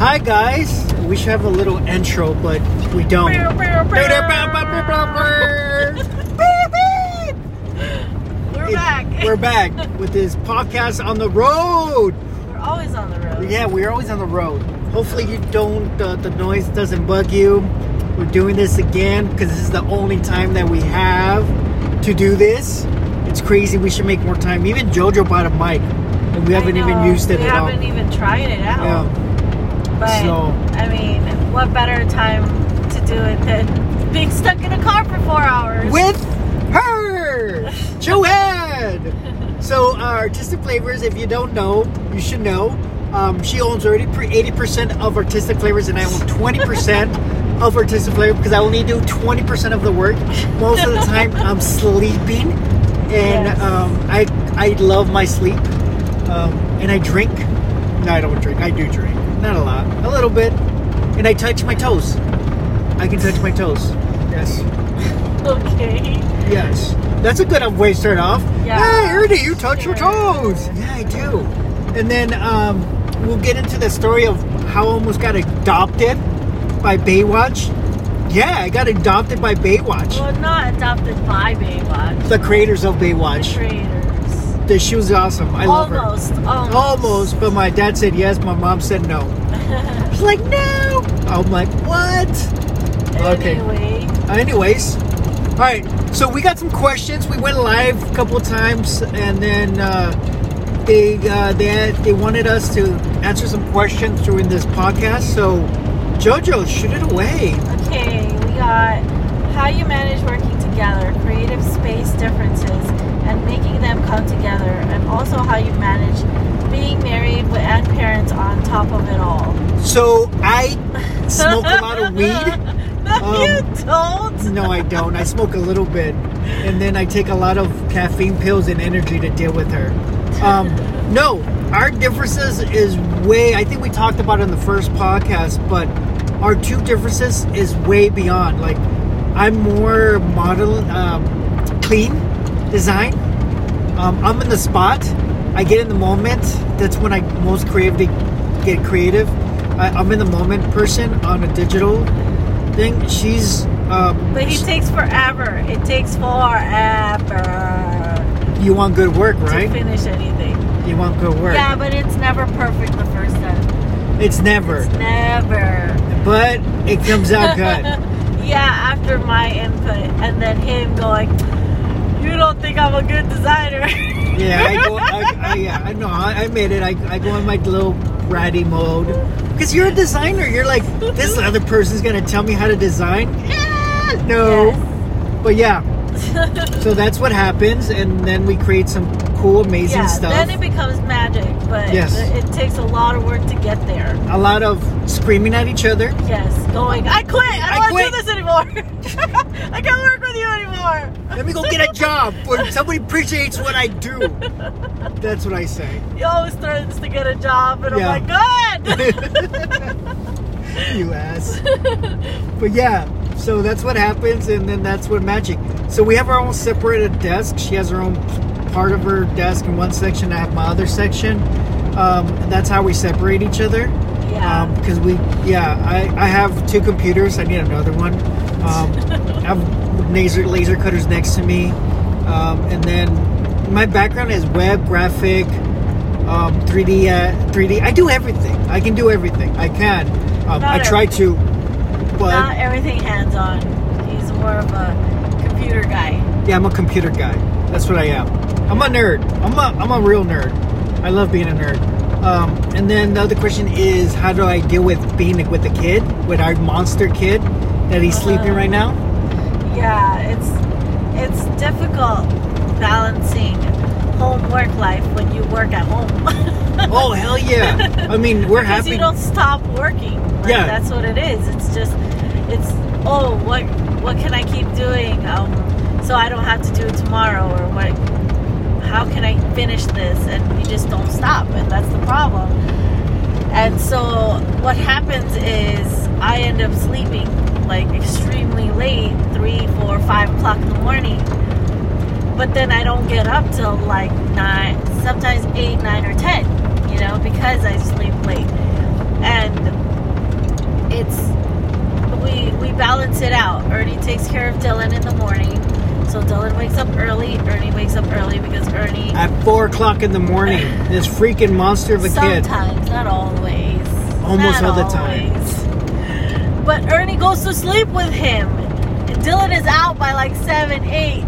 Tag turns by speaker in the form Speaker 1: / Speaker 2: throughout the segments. Speaker 1: Hi guys. We should have a little intro, but we don't. We're
Speaker 2: We're back.
Speaker 1: We're back with this podcast on the road.
Speaker 2: We're always on the road.
Speaker 1: Yeah, we're always on the road. Hopefully, you don't. Uh, the noise doesn't bug you. We're doing this again because this is the only time that we have to do this. It's crazy. We should make more time. Even JoJo bought a mic, and we
Speaker 2: I
Speaker 1: haven't even
Speaker 2: know,
Speaker 1: used it
Speaker 2: We
Speaker 1: at all.
Speaker 2: haven't even tried it out.
Speaker 1: Yeah.
Speaker 2: But
Speaker 1: so-
Speaker 2: I mean, what better time to do it than being stuck in a car for four hours?
Speaker 1: with her, Joanne. So, uh, artistic flavors. If you don't know, you should know. Um, she owns already eighty percent of artistic flavors, and I own twenty percent of artistic flavor because I only do twenty percent of the work. Most of the time, I'm sleeping, and
Speaker 2: Yes.
Speaker 1: um, I I love my sleep, um, and I drink. No, I don't drink. I do drink, not a lot, a little bit, and I touch my toes. I can touch my toes. Yes.
Speaker 2: okay.
Speaker 1: Yes. That's a good um, way to start off.
Speaker 2: Yeah.
Speaker 1: Hey, Ernie, you touch your
Speaker 2: Sure.
Speaker 1: toes. Yeah, I do. And then um, we'll get into the story of how I almost got adopted by Baywatch. Yeah, I got adopted by Baywatch.
Speaker 2: Well, not adopted by Baywatch.
Speaker 1: The creators of
Speaker 2: The
Speaker 1: Baywatch.
Speaker 2: creators.
Speaker 1: The, she was awesome. I love her.
Speaker 2: almost, almost.
Speaker 1: Almost, but my dad said yes, my mom said no. She's like, no. I'm like, what? Okay.
Speaker 2: Anyway,
Speaker 1: Anyways, all right. So we got some questions. We went live a couple times, and then uh, they uh, they had, they wanted us to answer some questions during this podcast. So Jojo, shoot it away.
Speaker 2: Okay, we got how you manage working together, creative space differences, and making them come together, and also how you manage being married with and parents on top of it all.
Speaker 1: So I smoke a lot of weed.
Speaker 2: No, you
Speaker 1: Um,
Speaker 2: don't.
Speaker 1: No, I don't. I smoke a little bit, and then I take a lot of caffeine pills and energy to deal with her. Um, no, our differences is way. I think we talked about it in the first podcast, but our two differences is way beyond. Like, I'm more model, um, clean, design. Um, I'm in the spot. I get in the moment. That's when I most creatively get creative. I, I'm in the moment person on a digital thing. She's. Um,
Speaker 2: But he takes forever. It takes forever
Speaker 1: You want good work,
Speaker 2: to
Speaker 1: right?
Speaker 2: finish anything.
Speaker 1: You want good work.
Speaker 2: Yeah, but it's never perfect the first time.
Speaker 1: It's never,
Speaker 2: It's never.
Speaker 1: but it comes out good.
Speaker 2: yeah, after my input, and then him going, "You don't think I'm a good designer?"
Speaker 1: yeah, I go. I, I, yeah, I know. I, I made it. I, I go in my little bratty mode because you're a designer. You're like this other person's gonna tell me how to design. Yeah, no, but yeah. So that's what happens, and then we create some cool, amazing
Speaker 2: yeah,
Speaker 1: stuff.
Speaker 2: then it becomes magic, but
Speaker 1: Yes.
Speaker 2: it, it takes a lot of work to get there.
Speaker 1: a lot of screaming at each other.
Speaker 2: Yes, going, I quit. I
Speaker 1: I
Speaker 2: don't want to
Speaker 1: quit."
Speaker 2: do this anymore. I can't work with you anymore.
Speaker 1: Let me go get a job where somebody appreciates what I do. That's what I say.
Speaker 2: He always threatens to get a job, and
Speaker 1: Yeah.
Speaker 2: I'm like, God.
Speaker 1: you ass. but yeah, so that's what happens, and then that's what magic. So we have our own separated desk. She has her own part of her desk in one section. I have my other section. Um, that's how we separate each other.
Speaker 2: Yeah.
Speaker 1: Because Um, we, yeah, I, I have two computers. I need another one. Um, I have laser laser cutters next to me, um, and then my background is web graphic um, 3D, uh, 3D. I do everything. I can do everything. I can. Um, I
Speaker 2: Not
Speaker 1: try to,
Speaker 2: Not
Speaker 1: but
Speaker 2: everything hands on. He's more of a computer guy.
Speaker 1: yeah, I'm a computer guy. That's what I am. I'm a nerd. I'm a I'm a real nerd. I love being a nerd. Um, and then the other question is, how do I deal with being with the kid, with our monster kid that he's sleeping right now?
Speaker 2: Yeah, it's it's difficult balancing home work life when you work at home.
Speaker 1: Oh hell yeah! I mean, we're
Speaker 2: Uh-huh. Because
Speaker 1: happy.
Speaker 2: you don't stop working. Like,
Speaker 1: Yeah.
Speaker 2: that's what it is. It's just it's oh what what can I keep doing um, so I don't have to do it tomorrow or what how can I finish this and you just don't stop and that's the problem. And so what happens is I end up sleeping like extremely late, three, four, five o'clock in the morning. But then I don't get up till like nine, sometimes eight, nine, or ten, you know, because I sleep late. And takes care of Dylan in the morning. So Dylan wakes up early. Ernie wakes up early because Ernie
Speaker 1: At four o'clock in the morning, this freaking monster of a kid.
Speaker 2: sometimes, not always,
Speaker 1: Almost
Speaker 2: not
Speaker 1: all the time.
Speaker 2: always. But Ernie goes to sleep with him. And Dylan is out by like seven, eight.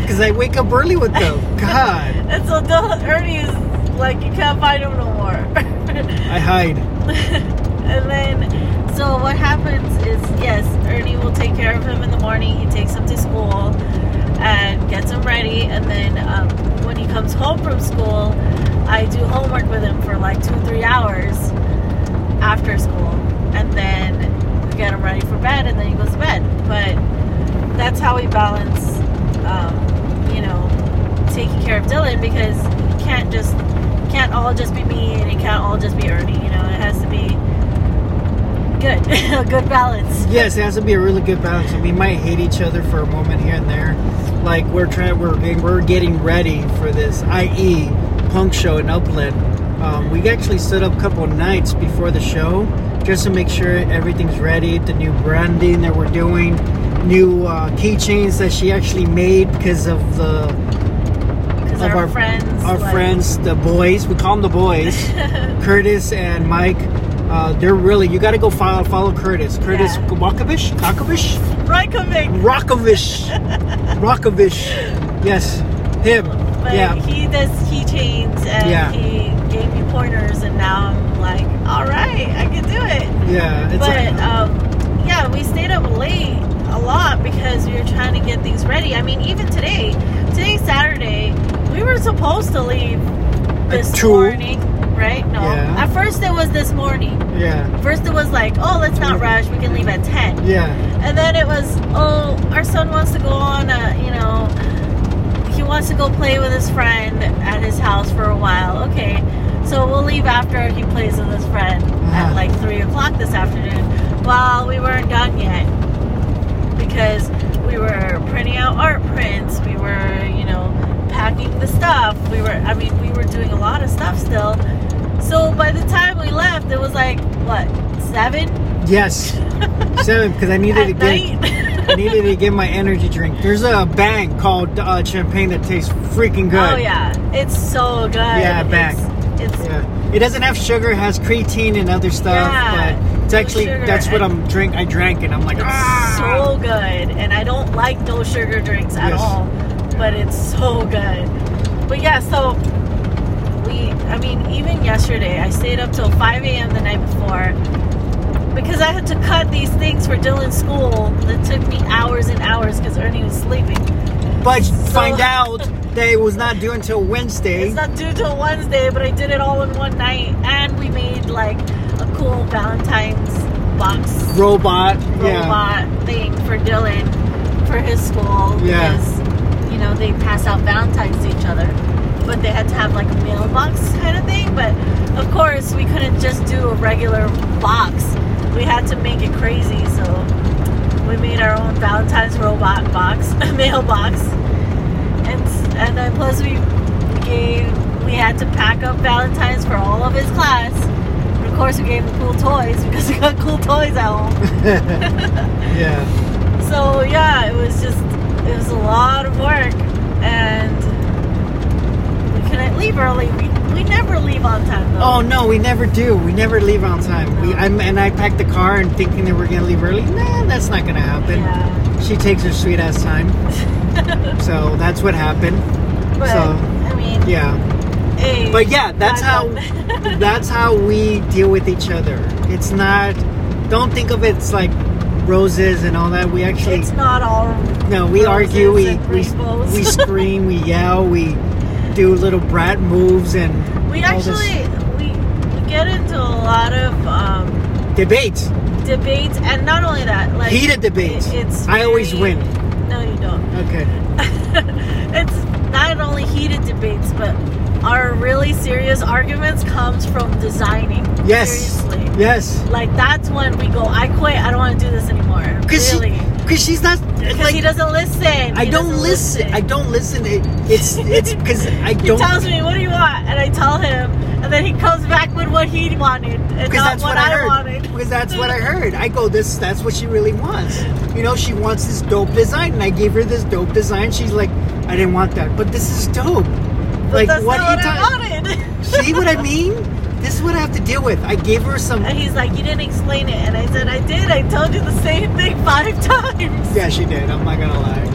Speaker 1: Because I wake up early with them. God,
Speaker 2: And so Dylan, Ernie is like, you can't find him no more.
Speaker 1: I hide.
Speaker 2: and then, so what happens is, yes, Ernie will take care of him in the morning. He takes him to school and gets him ready. And then um, when he comes home from school, I do homework with him for like two, three hours after school. And then we get him ready for bed, and then he goes to bed. But that's how we balance, um, you know, taking care of Dylan because he can't just can't all just be me and it can't all just be Ernie. You know, it has to be good, a good balance.
Speaker 1: Yes, it has to be a really good balance. We might hate each other for a moment here and there. Like we're trying, we're getting, we're getting ready for this, i.e., punk show in Upland. Um, we actually stood up a couple nights before the show just to make sure everything's ready. The new branding that we're doing, new uh, keychains that she actually made because of the
Speaker 2: Because
Speaker 1: Of
Speaker 2: our,
Speaker 1: our-
Speaker 2: friends,
Speaker 1: our
Speaker 2: like-
Speaker 1: friends, the boys. We call them the boys. Curtis and Mike. Uh, they're really. You got to go follow follow Curtis. Curtis
Speaker 2: Yeah.
Speaker 1: Walkovish. Walkovish.
Speaker 2: Rajkovic.
Speaker 1: Rockovish. Rockovish. Yes. Him.
Speaker 2: But
Speaker 1: yeah.
Speaker 2: he does keychains and
Speaker 1: Yeah.
Speaker 2: he gave me pointers, and now I'm like, all right, I can do it.
Speaker 1: Yeah. It's
Speaker 2: but
Speaker 1: a,
Speaker 2: um, yeah, we stayed up late a lot because we were trying to get things ready. I mean, even today, today's Saturday, we were supposed to leave this
Speaker 1: two.
Speaker 2: morning, right? No,
Speaker 1: Yeah.
Speaker 2: at first it was this morning.
Speaker 1: yeah.
Speaker 2: First it was like, oh, let's not rush. We can leave at ten.
Speaker 1: Yeah.
Speaker 2: And then it was, oh, our son wants to go on a, you know, he wants to go play with his friend at his house for a while. Okay, so we'll leave after he plays with his friend
Speaker 1: Ah.
Speaker 2: at like 3 o'clock this afternoon. Well, we weren't done yet because we were printing out art prints, we were, you know, packing the stuff, we were, I mean, we were doing a lot of stuff still. So by the time we left, it was like, what, 7?
Speaker 1: Yes. Seven. Because I needed
Speaker 2: At
Speaker 1: to get.
Speaker 2: night?
Speaker 1: I needed to get my energy drink. There's a bank called uh, champagne that tastes freaking good.
Speaker 2: Oh yeah, it's so good.
Speaker 1: Yeah, back.
Speaker 2: It's, it's
Speaker 1: Yeah. It doesn't have sugar. It has creatine and other stuff.
Speaker 2: Yeah,
Speaker 1: But it's
Speaker 2: no
Speaker 1: actually
Speaker 2: sugar.
Speaker 1: that's what
Speaker 2: And-
Speaker 1: I'm drink. I drank and I'm like
Speaker 2: it's
Speaker 1: ah.
Speaker 2: so good, and I don't like no sugar drinks at
Speaker 1: Yes.
Speaker 2: all, but it's so good. But yeah, so we, I mean, even yesterday, I stayed up till 5 a.m. the night before because I had to cut these things for Dylan's school that took me hours and hours because Ernie was sleeping.
Speaker 1: but
Speaker 2: so-
Speaker 1: find out that it was not due until Wednesday.
Speaker 2: It's not due till Wednesday, but I did it all in one night, and we made like a cool Valentine's box
Speaker 1: robot. Yeah.
Speaker 2: robot thing for Dylan for his school
Speaker 1: Yeah.
Speaker 2: because you know they pass out Valentines to each other, but they had to have like a mailbox kind of thing. But of course, we couldn't just do a regular box. We had to make it crazy, so we made our own Valentine's robot box, mailbox, and and then plus we gave we had to pack up Valentines for all of his class. And of course, we gave him cool toys because we got cool toys at home.
Speaker 1: Yeah.
Speaker 2: So yeah, it was just it was a lot of work, and we couldn't leave early. We, we never leave on time though.
Speaker 1: Oh no, we never do. We never leave on time. We I'm, and I packed the car and thinking that we're gonna leave early. Nah, that's not gonna happen.
Speaker 2: yeah.
Speaker 1: She takes her sweet ass time. so that's what happened.
Speaker 2: But
Speaker 1: so-
Speaker 2: I mean,
Speaker 1: Yeah.
Speaker 2: hey,
Speaker 1: But yeah, that's how
Speaker 2: God,
Speaker 1: that's how we deal with each other. It's not. Don't think of it's like roses and all that. We actually
Speaker 2: it's not all.
Speaker 1: no. We
Speaker 2: roses
Speaker 1: argue. We
Speaker 2: and
Speaker 1: we,
Speaker 2: rainbows.
Speaker 1: we scream. We yell. We do little brat moves and
Speaker 2: We
Speaker 1: all this
Speaker 2: actually we, we get into a lot of um,
Speaker 1: debates.
Speaker 2: debates, and not only that, like
Speaker 1: Heated debates.
Speaker 2: it- it's
Speaker 1: I always
Speaker 2: very-
Speaker 1: win.
Speaker 2: No, you don't.
Speaker 1: Okay.
Speaker 2: it's not only heated debates, but our really serious arguments comes from designing.
Speaker 1: Yes.
Speaker 2: Seriously.
Speaker 1: Yes.
Speaker 2: Like that's when we go, I quit, I don't want to do this anymore.
Speaker 1: Cause she-
Speaker 2: Really.
Speaker 1: Cause she's not.
Speaker 2: Because
Speaker 1: like,
Speaker 2: he doesn't listen.
Speaker 1: I
Speaker 2: He
Speaker 1: don't
Speaker 2: doesn't
Speaker 1: listen. I don't listen. It, it's it's because I
Speaker 2: he
Speaker 1: don't.
Speaker 2: tells me, what do you want? And I tell him, and then he comes back with what he wanted and
Speaker 1: Because
Speaker 2: not
Speaker 1: that's
Speaker 2: what,
Speaker 1: what, I
Speaker 2: I,
Speaker 1: heard.
Speaker 2: wanted.
Speaker 1: Because that's what I heard. I go, this. That's what she really wants. You know, she wants this dope design, and I gave her this dope design. She's like, I didn't want that, but this is dope.
Speaker 2: But
Speaker 1: like,
Speaker 2: that's
Speaker 1: what
Speaker 2: not
Speaker 1: are
Speaker 2: what
Speaker 1: you
Speaker 2: I
Speaker 1: talking?
Speaker 2: wanted.
Speaker 1: See what I mean? This is what I have to deal with. I gave her some.
Speaker 2: And he's like, you didn't explain it. And I said, I did. I told you the same thing five times.
Speaker 1: Yeah, she did. I'm not gonna lie.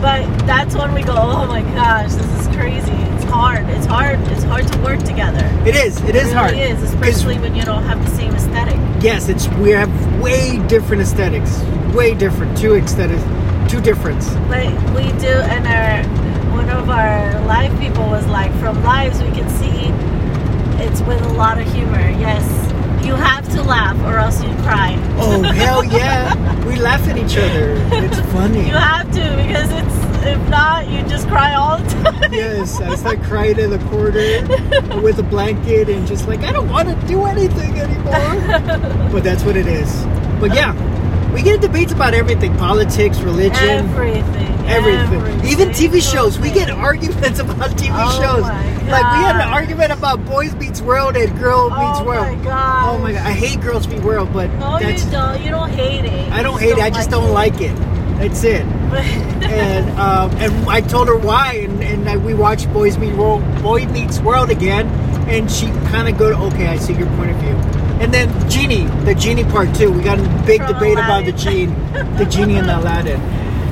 Speaker 2: But that's when we go, oh my gosh, this is crazy. It's hard. It's hard. It's hard to work together.
Speaker 1: It is. It is
Speaker 2: really
Speaker 1: hard.
Speaker 2: is,
Speaker 1: 'Cause,
Speaker 2: especially when you don't have the same aesthetic.
Speaker 1: yes, it's we have way different aesthetics. Way different. Two aesthetics. Two difference.
Speaker 2: But we do, and our one of our live people was like, from lives we can see it's with a lot of humor. Yes, you have to laugh or else you cry.
Speaker 1: Oh hell yeah! We laugh at each other. It's funny.
Speaker 2: You have to because it's if not, you just cry all the time.
Speaker 1: Yes, I start crying in the corner with a blanket and just like I don't want to do anything anymore. But that's what it is. But yeah, we get into debates about everything: politics, religion,
Speaker 2: Everything,
Speaker 1: everything, even TV shows. We get
Speaker 2: everything.
Speaker 1: arguments about TV
Speaker 2: Oh
Speaker 1: shows.
Speaker 2: my
Speaker 1: Like we had an
Speaker 2: God.
Speaker 1: argument about Boys Meets World and Girl Meets
Speaker 2: Oh
Speaker 1: World.
Speaker 2: my god!
Speaker 1: Oh my god, I hate Girls Meet World, but
Speaker 2: No, you
Speaker 1: that's
Speaker 2: don't. You don't hate it.
Speaker 1: I
Speaker 2: You
Speaker 1: don't hate it. I just don't like it. That's it.
Speaker 2: it.
Speaker 1: and um, and I told her why, and, and I, we watched Boys Meet World, Boy Meets World again, and she kind of go, okay, I see your point of view. And then Genie, the Genie part two, we got in a big
Speaker 2: From
Speaker 1: debate about the Genie,
Speaker 2: Aladdin.
Speaker 1: the Genie and Aladdin.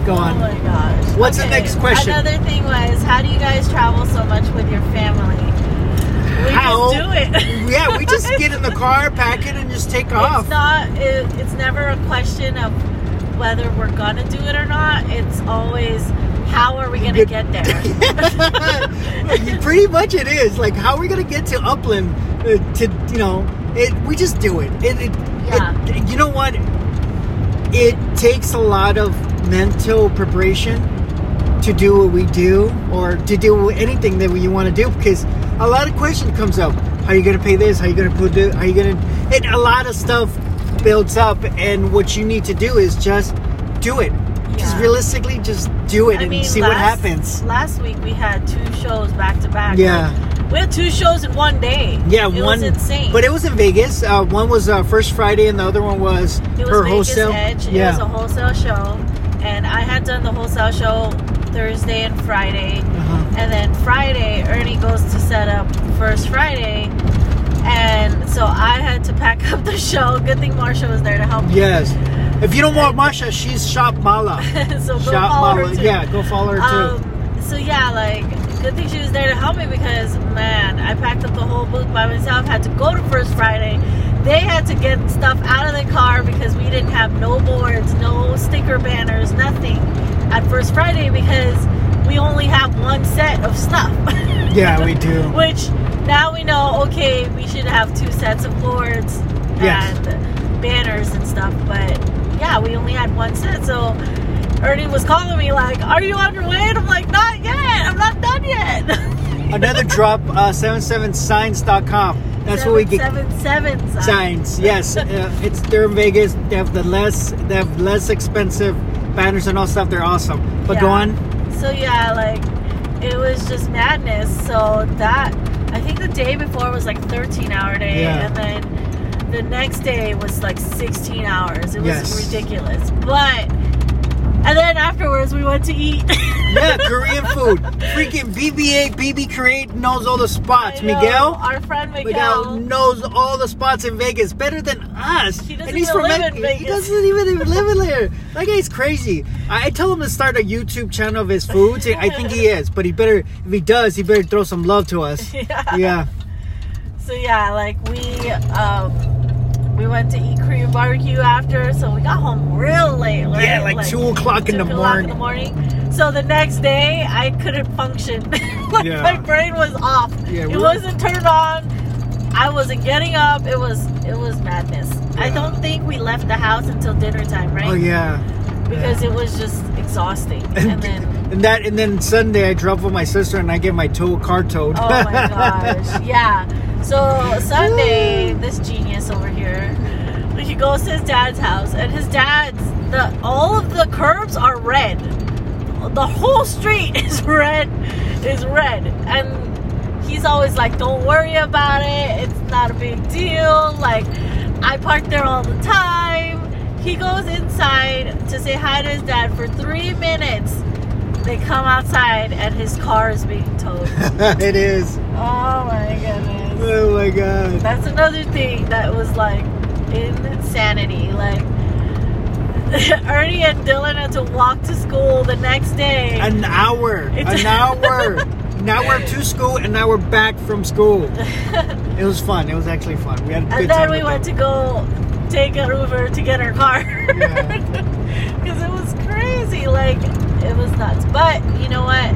Speaker 1: Go
Speaker 2: Oh
Speaker 1: on.
Speaker 2: my gosh.
Speaker 1: What's the next question?
Speaker 2: Another thing was, how do you guys travel so much with your family? We
Speaker 1: How?
Speaker 2: just do it.
Speaker 1: yeah, we just get in the car, pack it, and just take off.
Speaker 2: it's not. It, it's never a question of whether we're gonna do it or not. It's always how are we gonna
Speaker 1: Good.
Speaker 2: get there?
Speaker 1: Pretty much it is. Like, how are we gonna get to Upland? Uh, to you know, it. We just do it. It. it,
Speaker 2: Yeah.
Speaker 1: it you know what? It takes a lot of mental preparation to do what we do, or to do anything that you want to do, because a lot of question comes up. How are you gonna pay this? How are you gonna put this? How are you gonna? And a lot of stuff builds up, and what you need to do is just do it. Just
Speaker 2: Yeah.
Speaker 1: realistically, just do it and see what
Speaker 2: last-
Speaker 1: happens.
Speaker 2: Last week we had two shows back to back.
Speaker 1: Yeah.
Speaker 2: Like, we had two shows in one day.
Speaker 1: Yeah,
Speaker 2: it
Speaker 1: one
Speaker 2: was insane.
Speaker 1: But it was in Vegas. Uh, one was uh, first Friday, and the other one was
Speaker 2: It was
Speaker 1: her
Speaker 2: Vegas
Speaker 1: wholesale.
Speaker 2: Edge. It was a
Speaker 1: yeah,
Speaker 2: wholesale show, and I had done the wholesale show Thursday and Friday,
Speaker 1: Uh-huh.
Speaker 2: and then Friday Ernie goes to set up first Friday, and so I had to pack up the show. Good thing Marsha was there to help. me.
Speaker 1: yes. If you don't want Masha, she's Shop Mala.
Speaker 2: so go
Speaker 1: Shop
Speaker 2: follow her
Speaker 1: Mala.
Speaker 2: too.
Speaker 1: Yeah, go follow her too.
Speaker 2: Um, so yeah, like good thing she was there to help me because man, I packed up the whole booth by myself. Had to go to First Friday. They had to get stuff out of the car because we didn't have no boards, no sticker banners, nothing at First Friday because we only have one set of stuff. Um,
Speaker 1: Yeah, we do.
Speaker 2: Which now we know. Okay, we should have two sets of boards
Speaker 1: Yes.
Speaker 2: and banners and stuff. But yeah, we only had one set, so Ernie was calling me like, "Are you on your way?" And I'm like, "Not yet. I'm not done yet."
Speaker 1: Another drop, uh, 77signs.com. That's what we get.
Speaker 2: Seven seven seven
Speaker 1: signs. Yes, uh, it's they're in Vegas. They have the less they have less expensive banners and all stuff. They're awesome. But go
Speaker 2: Yeah.
Speaker 1: on.
Speaker 2: So yeah, like it was just madness. So that I think the day before was like 13 hour day,
Speaker 1: Yeah.
Speaker 2: and then the next day was like 16 hours. It was
Speaker 1: Yes.
Speaker 2: ridiculous. But and then afterwards we went to eat.
Speaker 1: Yeah, Korean food. Freaking BBA BB Create knows all the spots.
Speaker 2: I know,
Speaker 1: Miguel.
Speaker 2: our friend Miguel.
Speaker 1: Miguel knows all the spots in Vegas better than us.
Speaker 2: He doesn't
Speaker 1: and he's
Speaker 2: even
Speaker 1: from
Speaker 2: live
Speaker 1: Ve-
Speaker 2: in Vegas.
Speaker 1: He doesn't even even live in there. That guy's crazy. I, I tell him to start a YouTube channel of his foods. and I think he is, but he better if he does, he better throw some love to us.
Speaker 2: Yeah.
Speaker 1: Yeah.
Speaker 2: So yeah, like we um we went to eat Korean barbecue after, so we got home real late. Right?
Speaker 1: Yeah, like, two o'clock in the
Speaker 2: two o'clock in the
Speaker 1: morning.
Speaker 2: morning. So the next day, I couldn't function. like
Speaker 1: Yeah.
Speaker 2: my brain was off.
Speaker 1: Yeah,
Speaker 2: it
Speaker 1: we're-
Speaker 2: wasn't turned on. I wasn't getting up. It was it was madness. I
Speaker 1: Yeah.
Speaker 2: don't think we left the house until dinner time, right?
Speaker 1: Oh yeah.
Speaker 2: Because it was just exhausting. And then
Speaker 1: And that and then Sunday I drove with my sister and I get my tow car towed.
Speaker 2: oh my gosh, yeah. So Sunday, this genius over here, he goes to his dad's house, and his dad's the all of the curbs are red. The whole street is red, is red, and he's always like, "Don't worry about it. It's not a big deal." Like I park there all the time. He goes inside to say hi to his dad for three minutes. They come outside and his car is being towed.
Speaker 1: it is.
Speaker 2: oh my goodness.
Speaker 1: Oh my god.
Speaker 2: That's another thing that was like insanity. Like Ernie and Dylan had to walk to school the next day.
Speaker 1: An hour.
Speaker 2: It's-
Speaker 1: an hour. an hour to school, an hour back from school. It was fun. It was actually fun. We had a good
Speaker 2: and
Speaker 1: time.
Speaker 2: then we went to go take an Uber to get her car because it was crazy. Like it was nuts. But you know what?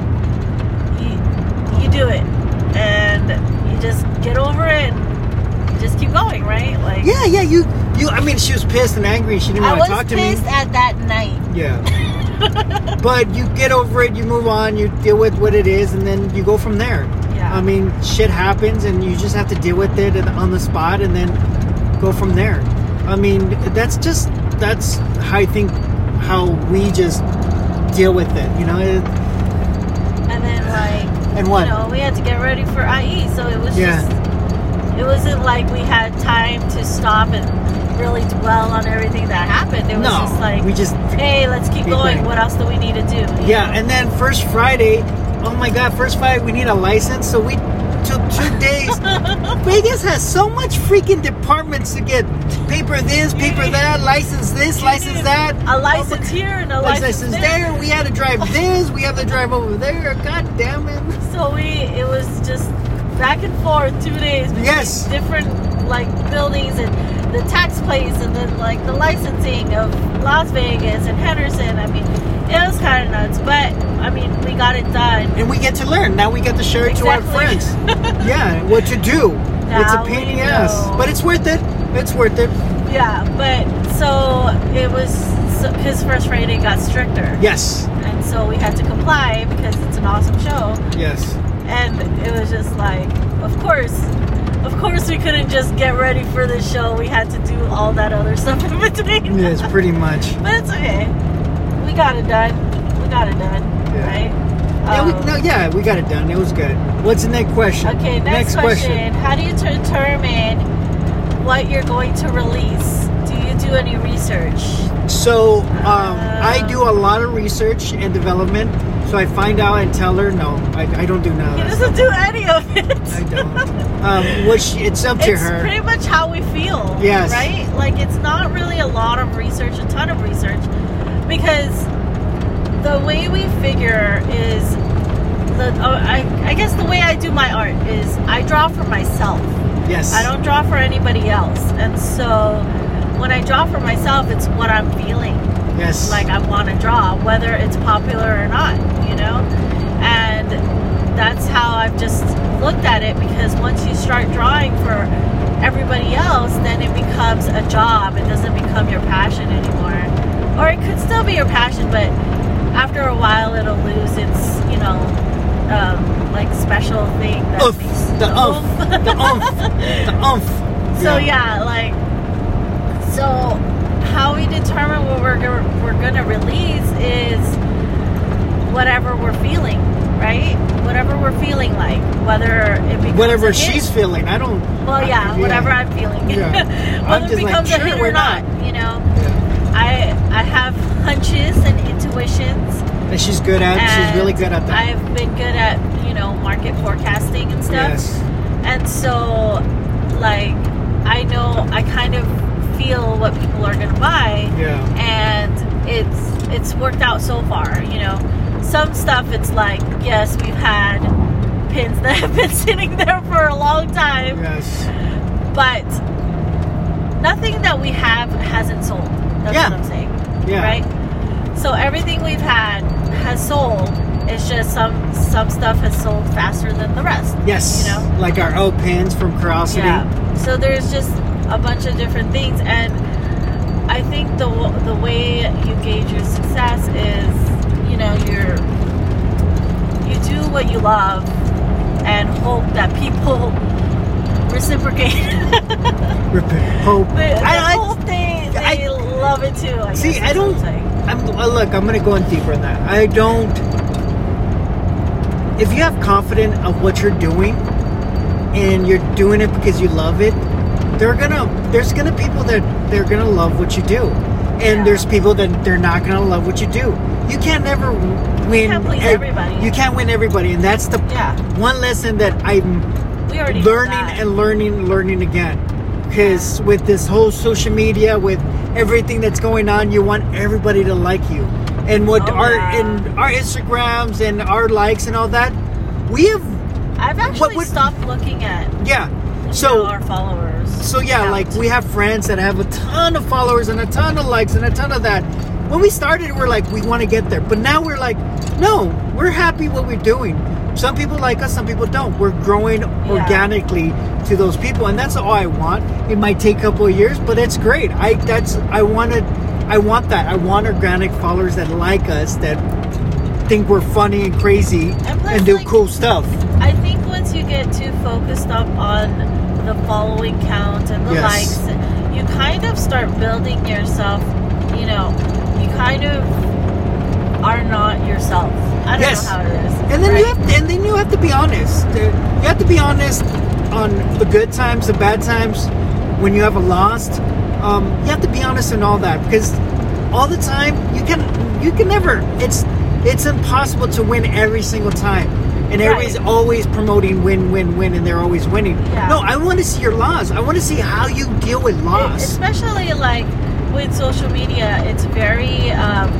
Speaker 2: You you do it, and you just get over it. And you just keep going, right? Like
Speaker 1: Yeah, yeah. You, you. I mean, she was pissed and angry. She didn't
Speaker 2: I
Speaker 1: want to
Speaker 2: was
Speaker 1: talk to me.
Speaker 2: pissed at that night.
Speaker 1: Yeah. but you get over it, you move on, you deal with what it is, and then you go from there.
Speaker 2: Yeah.
Speaker 1: I mean, shit happens, and you just have to deal with it and- on the spot, and then go from there. I mean, that's just that's how I think how we just deal with it, you know. It-
Speaker 2: and then like.
Speaker 1: And what?
Speaker 2: You know, we had to get ready for IE, so it was
Speaker 1: Yeah.
Speaker 2: just. It wasn't like we had time to stop and really dwell on everything that happened. It was
Speaker 1: no,
Speaker 2: just like,
Speaker 1: we just
Speaker 2: hey, let's keep
Speaker 1: Keep
Speaker 2: going.
Speaker 1: going.
Speaker 2: What else do we need to do?
Speaker 1: yeah. And then first Friday, oh my God, first Friday we need a license, so we took two days Vegas has so much freaking departments to get paper this, paper that, license this, license that,
Speaker 2: A license here and a
Speaker 1: license,
Speaker 2: license,
Speaker 1: license
Speaker 2: there.
Speaker 1: there. We had to drive this. We have to drive over there. God damn it!
Speaker 2: So we, it was just back and forth two days between
Speaker 1: Yes.
Speaker 2: different like buildings and the tax place and then like the licensing of Las Vegas and Henderson. I mean, it was kind of nuts, but I mean, we got it done.
Speaker 1: And we get to learn. Now we get to share it to our
Speaker 2: Exactly.
Speaker 1: friends. yeah, what to do? it's
Speaker 2: Now
Speaker 1: a pain in the
Speaker 2: we
Speaker 1: ass,
Speaker 2: know.
Speaker 1: but it's worth it. It's worth it.
Speaker 2: Yeah, but so it was so his first rating got stricter,
Speaker 1: Yes,
Speaker 2: and so we had to comply because it's an awesome show.
Speaker 1: yes.
Speaker 2: And it was just like, of course, of course, we couldn't just get ready for the show. We had to do all that other stuff in between.
Speaker 1: Yes, pretty much.
Speaker 2: but it's okay. We got it done. We got it done,
Speaker 1: Yeah.
Speaker 2: right?
Speaker 1: Yeah,
Speaker 2: Um,
Speaker 1: we, no, yeah, we got it done. It was good. What's the next question?
Speaker 2: Okay, next, question. How do you determine what you're going to release? Do you do any research?
Speaker 1: So um,
Speaker 2: Ah.
Speaker 1: I do a lot of research and development. So I find out and tell her, no, I, I don't do none
Speaker 2: He
Speaker 1: of that.
Speaker 2: doesn't do any of it.
Speaker 1: I don't. Um, which it's up to
Speaker 2: it's
Speaker 1: her.
Speaker 2: pretty much how we feel.
Speaker 1: Yes.
Speaker 2: Right? Like it's not really a lot of research, a ton of research, because the way we figure is the oh, I, I guess the way I do my art is I draw for myself.
Speaker 1: yes.
Speaker 2: I don't draw for anybody else, and so when I draw for myself, it's what I'm feeling
Speaker 1: Yes.
Speaker 2: like I want to draw, whether it's popular or not, you know? And that's how I've just looked at it because once you start drawing for everybody else, then it becomes a job. It doesn't become your passion anymore. Or it could still be your passion, but after a while it'll lose its, you know, um, like special thing. That
Speaker 1: Oof.
Speaker 2: makes
Speaker 1: The oomph.
Speaker 2: oomph.
Speaker 1: the umph. The umph.
Speaker 2: So yeah, like so how we determine what we're gonna, we're going to release is whatever we're feeling, right? Whatever we're feeling like, whether it becomes
Speaker 1: Whatever
Speaker 2: a hit-
Speaker 1: she's feeling, I don't.
Speaker 2: Well, yeah, whatever I'm feeling.
Speaker 1: Yeah. I'm
Speaker 2: whether
Speaker 1: just
Speaker 2: it
Speaker 1: like,
Speaker 2: becomes
Speaker 1: sure,
Speaker 2: a hit
Speaker 1: we're
Speaker 2: or not, you know. I I have hunches and intuitions.
Speaker 1: That she's good at. she's
Speaker 2: and
Speaker 1: really good at that.
Speaker 2: I've been good at, you know, market forecasting and stuff.
Speaker 1: Yes.
Speaker 2: And so, like, I know I kind of feel what people are gonna buy,
Speaker 1: Yeah.
Speaker 2: and it's it's worked out so far. You know, some stuff it's like, yes, we've had pins that have been sitting there for a long time,
Speaker 1: Yes.
Speaker 2: but nothing that we have hasn't sold. That's
Speaker 1: Yeah.
Speaker 2: what I'm saying,
Speaker 1: Yeah.
Speaker 2: right? So everything we've had has sold. It's just some some stuff has sold faster than the rest.
Speaker 1: Yes.
Speaker 2: You know?
Speaker 1: Like our O pins from Curiosity.
Speaker 2: Yeah. So there's just a bunch of different things, and I think the w- the way you gauge your success is, you know, you're you do what you love and hope that people reciprocate.
Speaker 1: Repair. Hope.
Speaker 2: the the
Speaker 1: I- I-
Speaker 2: whole thing, they
Speaker 1: I-
Speaker 2: love it too. I
Speaker 1: See, I
Speaker 2: guess is what
Speaker 1: don't-
Speaker 2: I'm saying.
Speaker 1: I'm uh, look. I'm gonna go in deeper on that. I don't. If you have confidence of what you're doing, and you're doing it because you love it, they're gonna there's gonna people that they're gonna love what you do, and
Speaker 2: Yeah.
Speaker 1: there's people that they're not gonna love what you do. You can't never w- win.
Speaker 2: can't please
Speaker 1: ev-
Speaker 2: everybody.
Speaker 1: You can't win everybody, and that's the
Speaker 2: Yeah,
Speaker 1: one lesson that I'm
Speaker 2: we already knew
Speaker 1: learning
Speaker 2: that.
Speaker 1: and learning and learning again because with this whole social media with everything that's going on you want everybody to like you and what
Speaker 2: Oh,
Speaker 1: our
Speaker 2: yeah.
Speaker 1: and our instagrams and our likes and all that we have
Speaker 2: I've actually
Speaker 1: what would-
Speaker 2: stopped looking at
Speaker 1: yeah
Speaker 2: so,
Speaker 1: so
Speaker 2: our followers.
Speaker 1: so yeah like we have friends that have a ton of followers and a ton of likes and a ton of that when we started we're like we want to get there but now we're like no we're happy what we're doing some people like us some people don't we're growing organically to those people and that's all i want it might take a couple of years but it's great i that's i want to i want that i want organic followers that like us that think we're funny and crazy
Speaker 2: And
Speaker 1: and,
Speaker 2: plus,
Speaker 1: do
Speaker 2: like-
Speaker 1: cool stuff
Speaker 2: I think once you get too focused up on the following count and the
Speaker 1: Yes.
Speaker 2: likes, you kind of start building yourself. You know, you kind of are not yourself. I don't
Speaker 1: Yes.
Speaker 2: know how it is.
Speaker 1: And then you
Speaker 2: right? E,
Speaker 1: have to, and then you have to be honest. Uh, You have to be honest on the good times, the bad times, when you have a loss. Um, you have to be honest in all that because all the time you can you can never. It's it's impossible to win every single time. And
Speaker 2: Right.
Speaker 1: everybody's always promoting win, win, win, and they're always winning.
Speaker 2: Yeah.
Speaker 1: No, I want to see your loss. I want to see how you deal with loss.
Speaker 2: especially like with social media it's very um,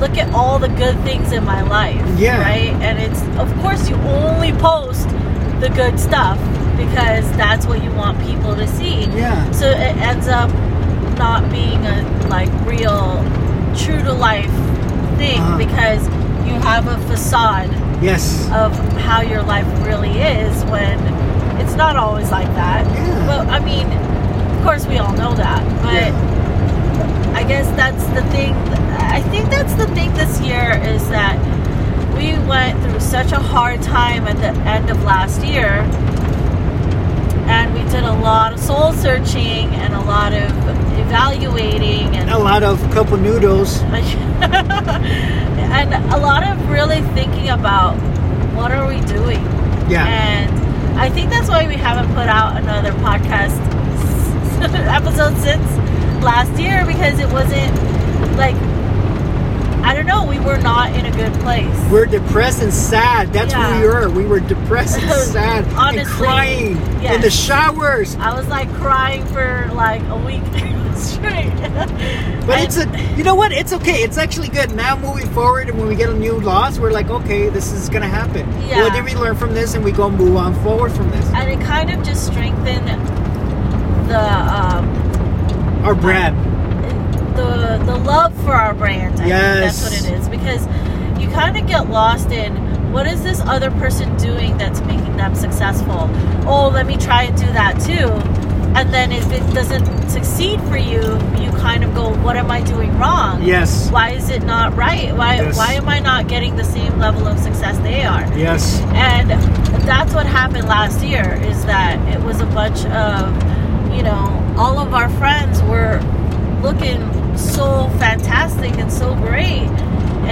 Speaker 2: look at all the good things in my life
Speaker 1: Yeah.
Speaker 2: right and it's of course you only post the good stuff because that's what you want people to see
Speaker 1: Yeah.
Speaker 2: so it ends up not being a like real true to life thing
Speaker 1: Uh-huh.
Speaker 2: because you have a facade
Speaker 1: Yes.
Speaker 2: of how your life really is when it's not always like that.
Speaker 1: Yeah.
Speaker 2: But I mean, of course we all know that. But
Speaker 1: Yeah.
Speaker 2: I guess that's the thing. I think that's the thing this year is that we went through such a hard time at the end of last year. And we did a lot of soul searching and a lot of evaluating and
Speaker 1: A lot of couple noodles.
Speaker 2: like, and a lot of really thinking about what are we doing
Speaker 1: Yeah.
Speaker 2: and i think that's why we haven't put out another podcast episode since last year because it wasn't like i don't know we were not in a good place
Speaker 1: We're depressed and sad. That's
Speaker 2: Yeah.
Speaker 1: what we were. We were depressed and sad and
Speaker 2: Honestly,
Speaker 1: crying in the
Speaker 2: yes.
Speaker 1: showers.
Speaker 2: i was like crying for like a week straight
Speaker 1: But it's a, you know what? It's okay. It's actually good. Now moving forward, and when we get a new loss, we're like, okay, this is gonna happen.
Speaker 2: Yeah.
Speaker 1: What did we learn from this? And we go move on forward from this.
Speaker 2: and it kind of just strengthened the um,
Speaker 1: Our brand.
Speaker 2: the the love for our brand. I
Speaker 1: Yes.
Speaker 2: think that's what it is because you kind of get lost in what is this other person doing that's making them successful. Oh, let me try and do that too. And then if it doesn't succeed for you, you kind of go, what am I doing wrong?
Speaker 1: Yes.
Speaker 2: Why is it not right? Why
Speaker 1: Yes.
Speaker 2: why am I not getting the same level of success they are?
Speaker 1: Yes.
Speaker 2: And that's what happened last year is that it was a bunch of, you know, all of our friends were looking so fantastic and so great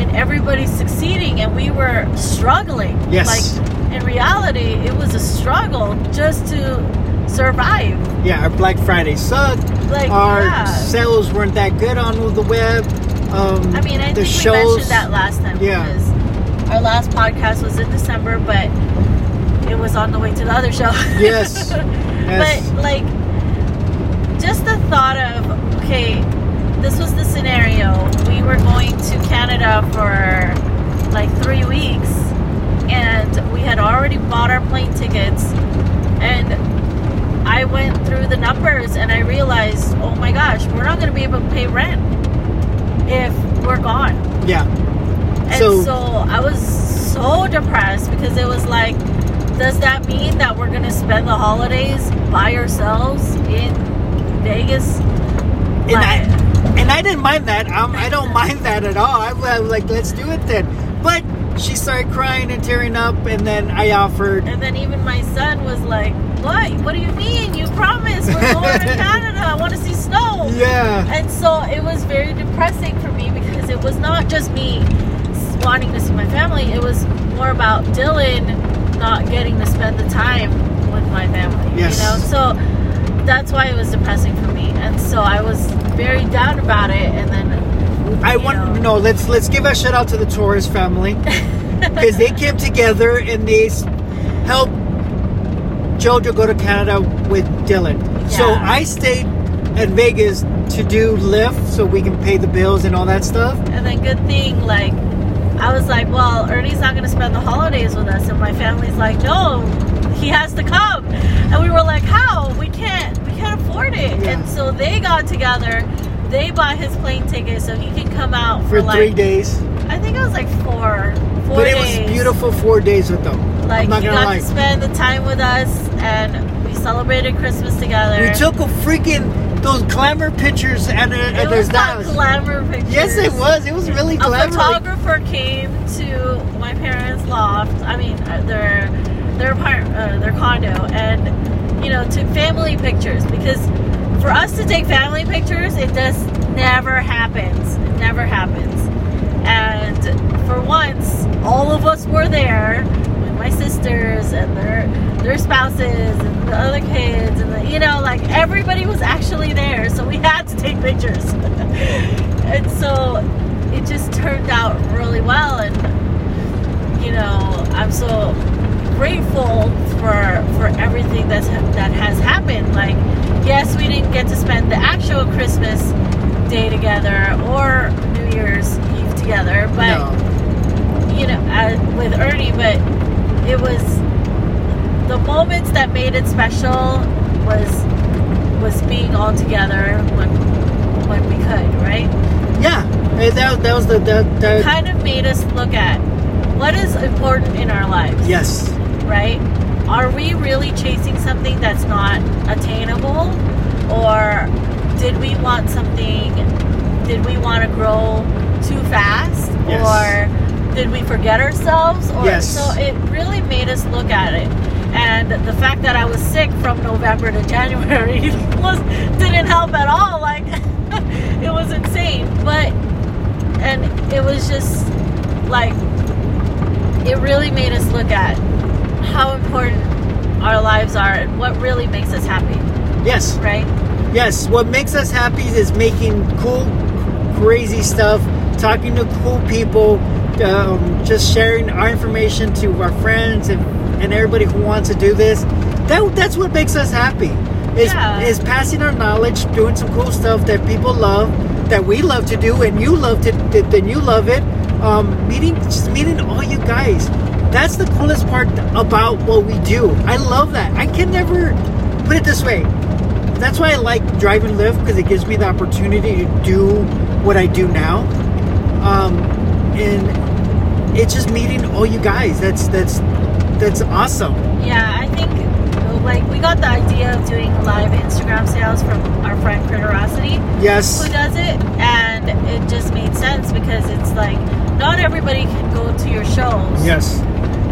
Speaker 2: and everybody's succeeding and we were struggling.
Speaker 1: Yes.
Speaker 2: Like in reality, it was a struggle just to survive.
Speaker 1: Yeah. Our Black Friday sucked.
Speaker 2: Like
Speaker 1: Our
Speaker 2: yeah.
Speaker 1: sales weren't that good on the web. Um,
Speaker 2: I mean, I
Speaker 1: the
Speaker 2: think
Speaker 1: shows.
Speaker 2: we mentioned that last time
Speaker 1: Yeah.
Speaker 2: because our last podcast was in December, but it was on the way to the other show.
Speaker 1: Yes. Yes.
Speaker 2: But like, just the thought of okay, this was the scenario. We were going to Canada for like three weeks, and we had already bought our plane tickets, and I went through the numbers and I realized, oh my gosh, we're not going to be able to pay rent if we're gone.
Speaker 1: yeah.
Speaker 2: And so,
Speaker 1: So-
Speaker 2: I was so depressed because it was like, does that mean that we're gonna spend the holidays by ourselves in Vegas?
Speaker 1: And I, And I didn't mind that. Um, I don't mind that at all. I was like, let's do it then. But she started crying and tearing up, and then I offered.
Speaker 2: and then even my son was like, "What? What do you mean? You promised we're going to Canada. I want to see snow."
Speaker 1: Yeah.
Speaker 2: And so it was very depressing for me because it was not just me s- wanting to see my family. It was more about Dylan not getting to spend the time with my family.
Speaker 1: Yes.
Speaker 2: You know, so that's why it was depressing for me, and so I was very down about it, and then
Speaker 1: I
Speaker 2: you
Speaker 1: want
Speaker 2: know,
Speaker 1: no. Let's let's give a shout out to the Torres family because they came together and they s- helped Joe to go to Canada with Dylan. So
Speaker 2: Yeah.
Speaker 1: I stayed at Vegas to do Lyft so we can pay the bills and all that stuff.
Speaker 2: And then good thing, like, I was like, well, Ernie's not gonna spend the holidays with us, and my family's like, no, he has to come. And we were like, how? We can't, we can't afford it.
Speaker 1: Yeah.
Speaker 2: And so they got together. They bought his plane ticket so he could come out for,
Speaker 1: for
Speaker 2: like
Speaker 1: three days.
Speaker 2: I think it was like four, four
Speaker 1: But it
Speaker 2: days.
Speaker 1: was beautiful four days with them.
Speaker 2: Like
Speaker 1: I'm not
Speaker 2: he
Speaker 1: gonna
Speaker 2: got
Speaker 1: lie.
Speaker 2: to spend the time with us, and we celebrated Christmas together.
Speaker 1: We took a freaking those glamour pictures uh, at, a,
Speaker 2: it
Speaker 1: at
Speaker 2: was
Speaker 1: his
Speaker 2: not
Speaker 1: house.
Speaker 2: glamour pictures.
Speaker 1: Yes, it was. It was really
Speaker 2: A
Speaker 1: glamour.
Speaker 2: photographer came to my parents' loft. I mean, uh, their their apart, uh, their condo, and you know, took family pictures because for us to take family pictures, it just never happens. It never happens. And for once, all of us were there with my sisters and their their spouses and the other kids and the, you know, like everybody was actually there, so we had to take pictures. and so it just turned out really well and you know i'm so grateful for for everything that's that has happened like yes we didn't get to spend the actual christmas day together or new year's eve together but
Speaker 1: No.
Speaker 2: you know uh, with ernie but it was the moments that made it special was was being all together when when we could right
Speaker 1: Yeah, and that, that was the that, that
Speaker 2: kind of made us look at what is important in our lives,
Speaker 1: yes.
Speaker 2: right? Are we really chasing something that's not attainable? Or did we want something, did we want to grow too fast?
Speaker 1: Yes.
Speaker 2: Or did we forget ourselves? Or,
Speaker 1: Yes.
Speaker 2: So it really made us look at it. And the fact that I was sick from November to January was didn't help at all. Like it was insane. But and it was just like it really made us look at how important our lives are and what really makes us happy,
Speaker 1: Yes.
Speaker 2: right?
Speaker 1: Yes, what makes us happy is making cool, crazy stuff, talking to cool people, um, just sharing our information to our friends and, and everybody who wants to do this. That, that's what makes us happy. Is,
Speaker 2: Yeah.
Speaker 1: is passing our knowledge, doing some cool stuff that people love, that we love to do, and you love to, th- then you love it. Um, meeting, just meeting all you guys. That's the coolest part about what we do. I love that. I can never put it this way. That's why I like drive and live because it gives me the opportunity to do what I do now, um, and it's just meeting all you guys. That's that's that's awesome.
Speaker 2: Yeah, I think like we got the idea of doing live Instagram sales from our friend Critterosity who
Speaker 1: Yes,
Speaker 2: does it and it just made sense because it's like not everybody can go to your shows.
Speaker 1: yes,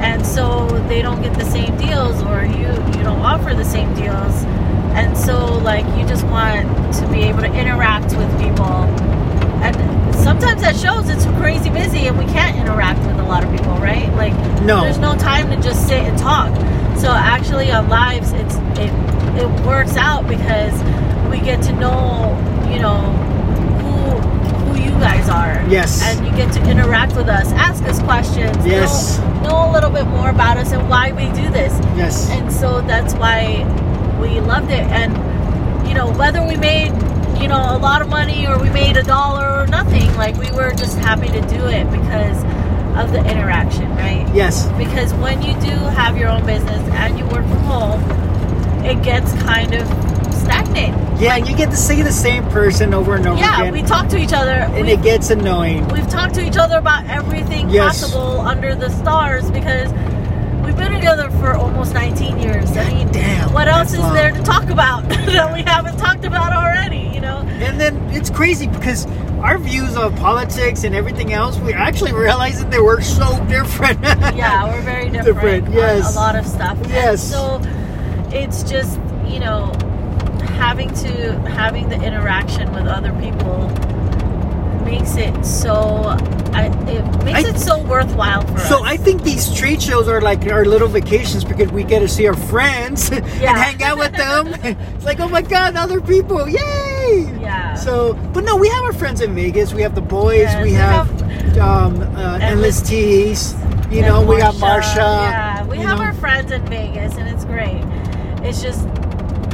Speaker 2: and so they don't get the same deals or you you don't offer the same deals and so like you just want to be able to interact with people and sometimes at shows it's crazy busy and we can't interact with a lot of people right like
Speaker 1: No.
Speaker 2: there's no time to just sit and talk so actually on lives it's it it works out because we get to know you know who who you guys are
Speaker 1: Yes.
Speaker 2: and you get to interact with us ask us questions know-
Speaker 1: Yes.
Speaker 2: know, a little bit more about us and why we do this.
Speaker 1: yes,
Speaker 2: And so that's why we loved it. And you know, whether we made you know a lot of money or we made a dollar or nothing, like we were just happy to do it because of the interaction, right?
Speaker 1: yes,
Speaker 2: Because when you do have your own business and you work from home, it gets kind of stagnant.
Speaker 1: yeah. And you get to see the same person over and over
Speaker 2: yeah,
Speaker 1: again,
Speaker 2: we talk to each other.
Speaker 1: Oh, and
Speaker 2: we
Speaker 1: it gets annoying.
Speaker 2: we've talked to each other about everything
Speaker 1: Yes.
Speaker 2: possible under the stars because we've been together for almost 19 years. I mean,
Speaker 1: Damn,
Speaker 2: what
Speaker 1: that's
Speaker 2: else is
Speaker 1: long.
Speaker 2: there to talk about that we haven't talked about already? You know,
Speaker 1: And then it's crazy because our views on politics and everything else, we actually realized that they were so different.
Speaker 2: yeah, we're very different.
Speaker 1: Different,
Speaker 2: on
Speaker 1: yes.
Speaker 2: a lot of stuff. And
Speaker 1: Yes.
Speaker 2: so it's just you know having to having the interaction with other people makes it so I, it makes
Speaker 1: I-
Speaker 2: it so worthwhile for us.
Speaker 1: So I think these trade shows are like our little vacations because we get to see our friends and
Speaker 2: Yeah.
Speaker 1: hang out with them. it's like, oh my god, other people, yay!
Speaker 2: Yeah.
Speaker 1: So, but no, we have our friends in Vegas. We have the boys.
Speaker 2: Yes,
Speaker 1: we
Speaker 2: we
Speaker 1: have, um, uh, endless
Speaker 2: Endless
Speaker 1: teas. You
Speaker 2: And
Speaker 1: know, we got Marsha.
Speaker 2: Yeah, we
Speaker 1: you
Speaker 2: have
Speaker 1: know.
Speaker 2: our friends in Vegas, and it's great. It's just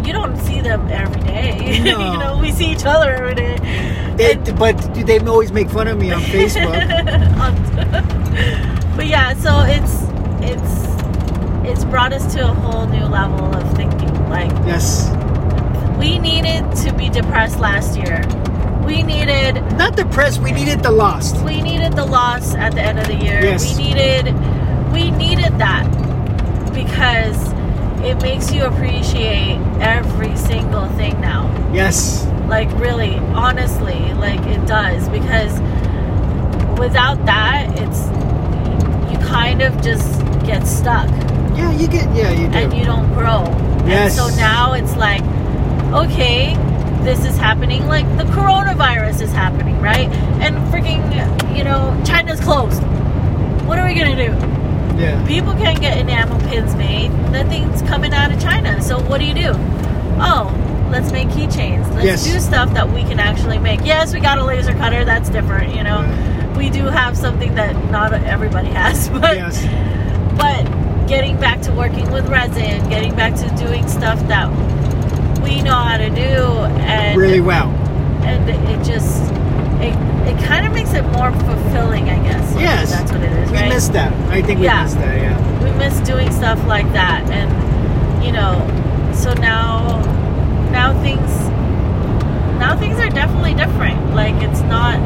Speaker 2: you don't see them every day.
Speaker 1: No.
Speaker 2: you know, we see each other every day.
Speaker 1: They,
Speaker 2: And-
Speaker 1: but they always make fun of me on Facebook.
Speaker 2: On- but yeah, so it's it's it's brought us to a whole new level of thinking. Like
Speaker 1: yes.
Speaker 2: we needed to be depressed last year. We needed
Speaker 1: Not depressed. We needed the lost.
Speaker 2: we needed the loss at the end of the year.
Speaker 1: Yes.
Speaker 2: We needed we needed that because it makes you appreciate every single thing now
Speaker 1: Yes.
Speaker 2: like really honestly like it does because without that it's you kind of just get stuck
Speaker 1: Yeah, you get. Yeah, you do.
Speaker 2: and you don't grow
Speaker 1: Yes.
Speaker 2: and so now it's like okay this is happening like the coronavirus is happening right and freaking you know china's closed what are we gonna do
Speaker 1: yeah.
Speaker 2: people can't get enamel pins made. Nothing's coming out of China. So what do you do? Oh, let's make keychains. Let's
Speaker 1: Yes.
Speaker 2: do stuff that we can actually make. Yes, we got a laser cutter. That's different, you know. We do have something that not everybody has, but
Speaker 1: Mm. Uh, yes.
Speaker 2: but getting back to working with resin, getting back to doing stuff that we know how to do, and
Speaker 1: Really well.
Speaker 2: and it just it, it kind of makes it more fulfilling, I guess.
Speaker 1: Yes.
Speaker 2: that's what it is.
Speaker 1: We
Speaker 2: right?
Speaker 1: missed that. I think we
Speaker 2: Yeah.
Speaker 1: missed that. Yeah.
Speaker 2: we miss doing stuff like that and you know so now now things now things are definitely different like it's not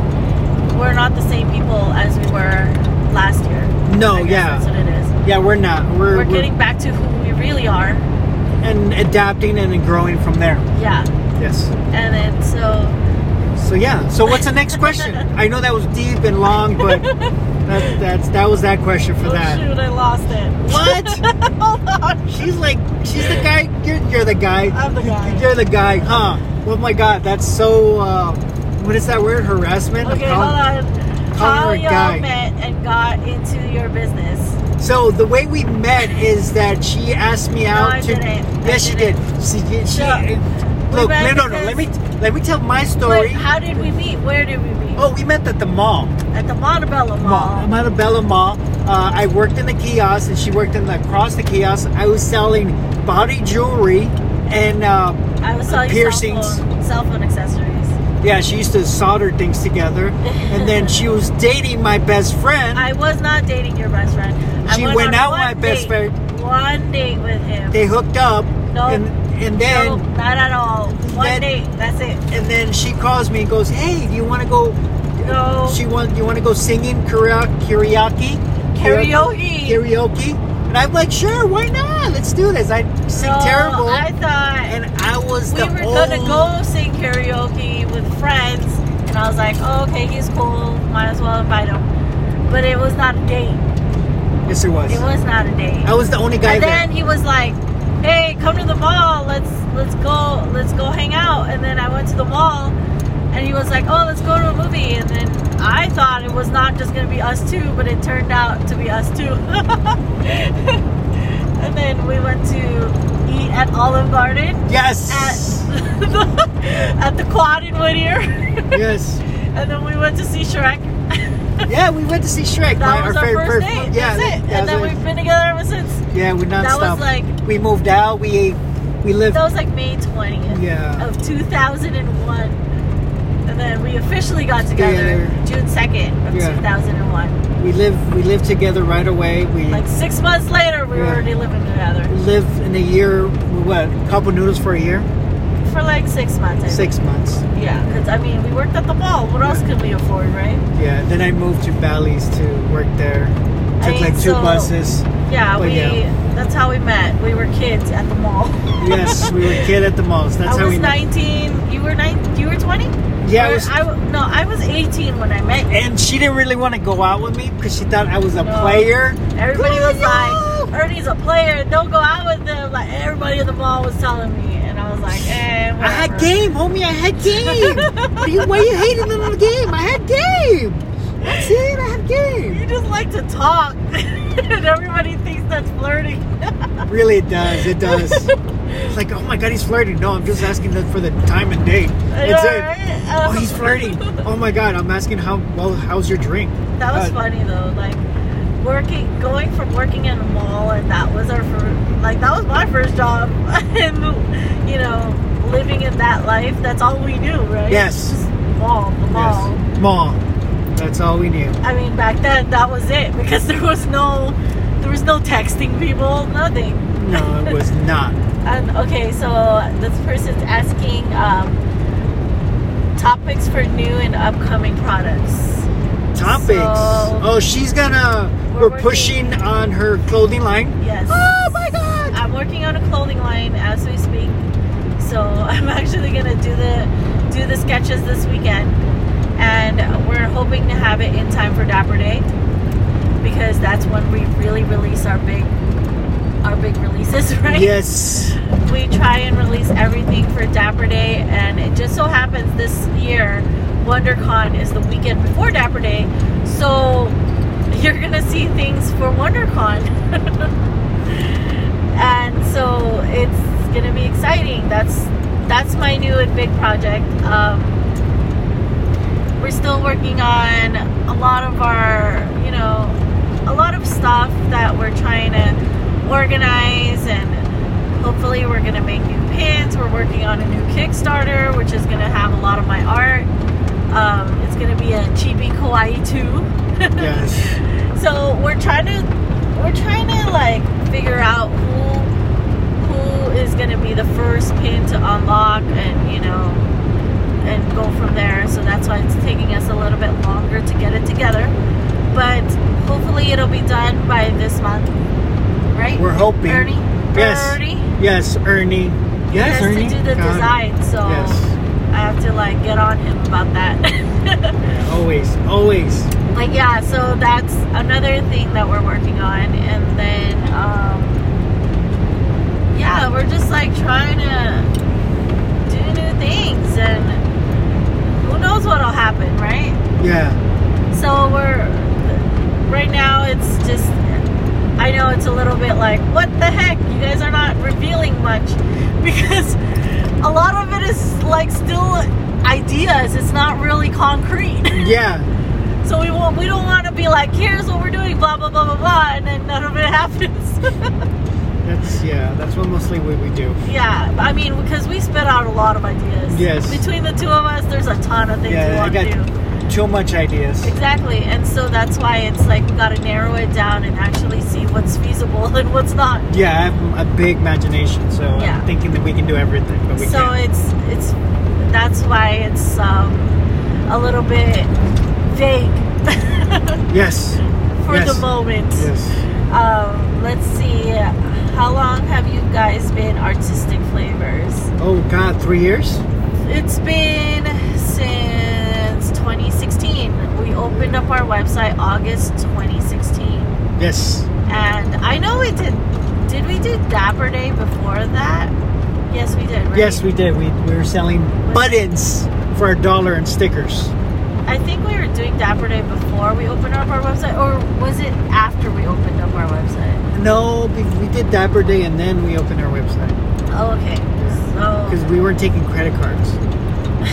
Speaker 2: we're not the same people as we were last year
Speaker 1: No.
Speaker 2: I guess
Speaker 1: yeah.
Speaker 2: that's what it is
Speaker 1: Yeah. We're not. We're,
Speaker 2: we're getting back to who we really are
Speaker 1: and adapting and then growing from there.
Speaker 2: yeah
Speaker 1: Yes.
Speaker 2: and then so
Speaker 1: So yeah. So what's the next question? I know that was deep and long, but that, that's that was that question for
Speaker 2: oh
Speaker 1: that.
Speaker 2: shoot I lost it
Speaker 1: What?
Speaker 2: hold on
Speaker 1: She's like, she's the guy. You're, you're the guy.
Speaker 2: I'm the guy.
Speaker 1: You're the guy, huh? Oh my God, that's so. Uh, what is that word? Harassment.
Speaker 2: okay
Speaker 1: How-
Speaker 2: hold on how
Speaker 1: her
Speaker 2: y'all
Speaker 1: guy.
Speaker 2: met and got into your business
Speaker 1: So the way we met is that she asked me out
Speaker 2: I
Speaker 1: to.
Speaker 2: didn't. I
Speaker 1: Yes, she did.
Speaker 2: didn't.
Speaker 1: She did. She.
Speaker 2: Yeah. We
Speaker 1: Look, no,
Speaker 2: met
Speaker 1: no, no.
Speaker 2: because-
Speaker 1: Let me let me tell my
Speaker 2: Wait,
Speaker 1: story.
Speaker 2: how did we meet? Where did we meet?
Speaker 1: oh, we met at the mall.
Speaker 2: At the Montebello
Speaker 1: Mall.
Speaker 2: Mall.
Speaker 1: I'm at a Bella Mall. Uh, I worked in the kiosk, and she worked in the across the kiosk. I was selling body jewelry, and uh,
Speaker 2: I was selling
Speaker 1: Piercings.
Speaker 2: Cell phone, cell phone accessories.
Speaker 1: yeah, she used to solder things together. And then she was dating my best friend.
Speaker 2: I was not dating your best friend. I
Speaker 1: She went
Speaker 2: on
Speaker 1: out with my
Speaker 2: one
Speaker 1: best
Speaker 2: date-
Speaker 1: friend.
Speaker 2: One date with him.
Speaker 1: they hooked up,
Speaker 2: No.
Speaker 1: and and then.
Speaker 2: no, not at all. One
Speaker 1: Then-
Speaker 2: date. That's it.
Speaker 1: and then she calls me and goes, "Hey, do you want to go?
Speaker 2: No.
Speaker 1: She want you want to go singing kara- karaoke?
Speaker 2: Karaoke.
Speaker 1: Karaoke?" And I'm like, "Sure, why not? Let's do this." I sing
Speaker 2: No,
Speaker 1: terrible,
Speaker 2: I thought
Speaker 1: and I was
Speaker 2: we
Speaker 1: the
Speaker 2: were
Speaker 1: old,
Speaker 2: gonna go sing karaoke with friends, and I was like, oh, okay, he's cool. Might as well invite him. But it was not a date.
Speaker 1: Yes, it was.
Speaker 2: It was not a date.
Speaker 1: I was the only guy
Speaker 2: and
Speaker 1: there.
Speaker 2: then he was like, "Hey, come to the mall. Let's let's go let's go hang out." And then I went to the mall, and he was like, "Oh, let's go to a movie." And then I thought it was not just gonna be us two, but it turned out to be us two. and then we went to eat at Olive Garden at
Speaker 1: yes,
Speaker 2: the, at the quad in Whittier,
Speaker 1: yes,
Speaker 2: and then we went to see Shrek.
Speaker 1: yeah. We went to see Shrek.
Speaker 2: That
Speaker 1: my-
Speaker 2: was our,
Speaker 1: favorite
Speaker 2: first date.
Speaker 1: Yeah,
Speaker 2: That's it.
Speaker 1: yeah,
Speaker 2: and then
Speaker 1: that's
Speaker 2: we've been together ever since.
Speaker 1: it. yeah. We nonstop.
Speaker 2: That was like
Speaker 1: we moved out. We ate. We lived.
Speaker 2: That was like May 20th
Speaker 1: Yeah.
Speaker 2: of 2001. And then we officially got together
Speaker 1: Together.
Speaker 2: June 2nd of
Speaker 1: Yeah.
Speaker 2: 2001.
Speaker 1: We lived. We lived together right away. We
Speaker 2: Like six months later, we
Speaker 1: Yeah.
Speaker 2: were already living together.
Speaker 1: lived in a year. What? A couple noodles for a year.
Speaker 2: For like six months. I think.
Speaker 1: Six months.
Speaker 2: Yeah. Because, I mean, we worked at the mall. What else could we afford, right?
Speaker 1: Yeah, then I moved to Bally's to work there. Took
Speaker 2: I mean,
Speaker 1: like two
Speaker 2: so-
Speaker 1: buses.
Speaker 2: Yeah,
Speaker 1: But
Speaker 2: we.
Speaker 1: yeah.
Speaker 2: That's how we met. We were kids at the mall.
Speaker 1: Yes, we were kid at the malls. That's
Speaker 2: I
Speaker 1: how
Speaker 2: was
Speaker 1: we met.
Speaker 2: 19. You were nine. You were 20.
Speaker 1: Yeah, I was,
Speaker 2: no, I was 18 when I met you.
Speaker 1: and she didn't really want to go out with me because she thought I was a
Speaker 2: No.
Speaker 1: player.
Speaker 2: Everybody was
Speaker 1: Go, yo!
Speaker 2: like, Ernie's a player, don't go out with them. Like everybody in the mall was telling me, and I was like, eh, whatever.
Speaker 1: I had game, homie. I had game. What are you, why are you hating on the game? I had game. That's it. I had
Speaker 2: You
Speaker 1: game.
Speaker 2: just like to talk, and everybody thinks that's flirting.
Speaker 1: Really, it does. It does. It's like, oh my god, he's flirting. No, I'm just asking that for the time and date. That's
Speaker 2: All
Speaker 1: it.
Speaker 2: right?
Speaker 1: Oh,
Speaker 2: Um,
Speaker 1: he's flirting. Oh my god, I'm asking how well. How's your drink?
Speaker 2: That was
Speaker 1: Uh,
Speaker 2: funny though, like working, going from working in a mall, and that was our first, like that was my first job, and you know, living in that life, that's all we knew, right?
Speaker 1: Yes.
Speaker 2: Just mall, the mall.
Speaker 1: Yes. Mall. That's all we knew.
Speaker 2: I mean, back then that was it because there was no, there was no texting people, nothing.
Speaker 1: No, it was not.
Speaker 2: And okay, so this person's asking um, topics for new and upcoming products.
Speaker 1: Topics.
Speaker 2: So-
Speaker 1: oh, she's gonna.
Speaker 2: We're
Speaker 1: We're,
Speaker 2: working-
Speaker 1: pushing on her clothing line.
Speaker 2: Yes.
Speaker 1: Oh my god.
Speaker 2: I'm working on a clothing line as we speak. So I'm actually gonna do the do the sketches this weekend, and we're hoping to have it in time for Dapper Day because that's when we really release our big our big releases, right?
Speaker 1: Yes.
Speaker 2: We try and release everything for Dapper Day, and it just so happens this year WonderCon is the weekend before Dapper Day, so you're gonna see things for WonderCon. and so it's gonna be exciting. That's that's my new and big project. Um, we're still working on a lot of our, you know, a lot of stuff that we're trying to organize and hopefully we're gonna make new pins we're working on a new kickstarter which is gonna have a lot of my art um, it's gonna be a chibi kawaii 2
Speaker 1: Yes.
Speaker 2: so we're trying to we're trying to like figure out who who is gonna be the first pin to unlock and you know and go from there so that's why it's taking us a little bit longer to get it together but hopefully it'll be done by this month right
Speaker 1: We're hoping.
Speaker 2: Ernie?
Speaker 1: Yes.
Speaker 2: Ernie?
Speaker 1: Yes, Ernie. Yes,
Speaker 2: has
Speaker 1: Ernie.
Speaker 2: to do the
Speaker 1: God.
Speaker 2: design, so
Speaker 1: Yes.
Speaker 2: I have to like get on him about that.
Speaker 1: Always. Always.
Speaker 2: but yeah, so that's another thing that we're working on, and then um, yeah, we're just like trying to do new things, and who knows what'll happen, right?
Speaker 1: Yeah.
Speaker 2: So we're right now. It's just I know it's a little bit like what the heck? You guys are not revealing much because a lot of it is like still ideas. It's not really concrete.
Speaker 1: Yeah.
Speaker 2: So we won't. We don't want to be like here's what we're doing. Blah blah blah blah blah, and then none of it happens.
Speaker 1: That's yeah. That's what mostly what we do.
Speaker 2: yeah, I mean because we spit out a lot of ideas.
Speaker 1: Yes.
Speaker 2: Between the two of us, there's a ton of things we
Speaker 1: Yeah, I
Speaker 2: want to do.
Speaker 1: got too much ideas.
Speaker 2: Exactly, and so that's why it's like we gotta narrow it down and actually see what's feasible and what's not.
Speaker 1: Yeah, I have a big imagination, so
Speaker 2: Yeah.
Speaker 1: I'm thinking that we can do everything, but we
Speaker 2: so
Speaker 1: can't.
Speaker 2: it's it's that's why it's um, a little bit vague
Speaker 1: yes.
Speaker 2: for
Speaker 1: Yes.
Speaker 2: the moment.
Speaker 1: Yes.
Speaker 2: Um, let's see, how long have you guys been artistic flavors?
Speaker 1: Oh God, three years.
Speaker 2: It's been since 2016. We opened up our website August 2016.
Speaker 1: Yes.
Speaker 2: And I know we did. Did we do Dapper Day before that? Yes, we did. Right?
Speaker 1: Yes, we did. We, we were selling buttons for a dollar and stickers.
Speaker 2: I think we were doing Dapper Day before we opened up our website, or was it after we opened up our website?
Speaker 1: No, we, we did Dapper Day and then we opened our website
Speaker 2: Oh, okay.
Speaker 1: because
Speaker 2: So,
Speaker 1: we weren't taking credit cards.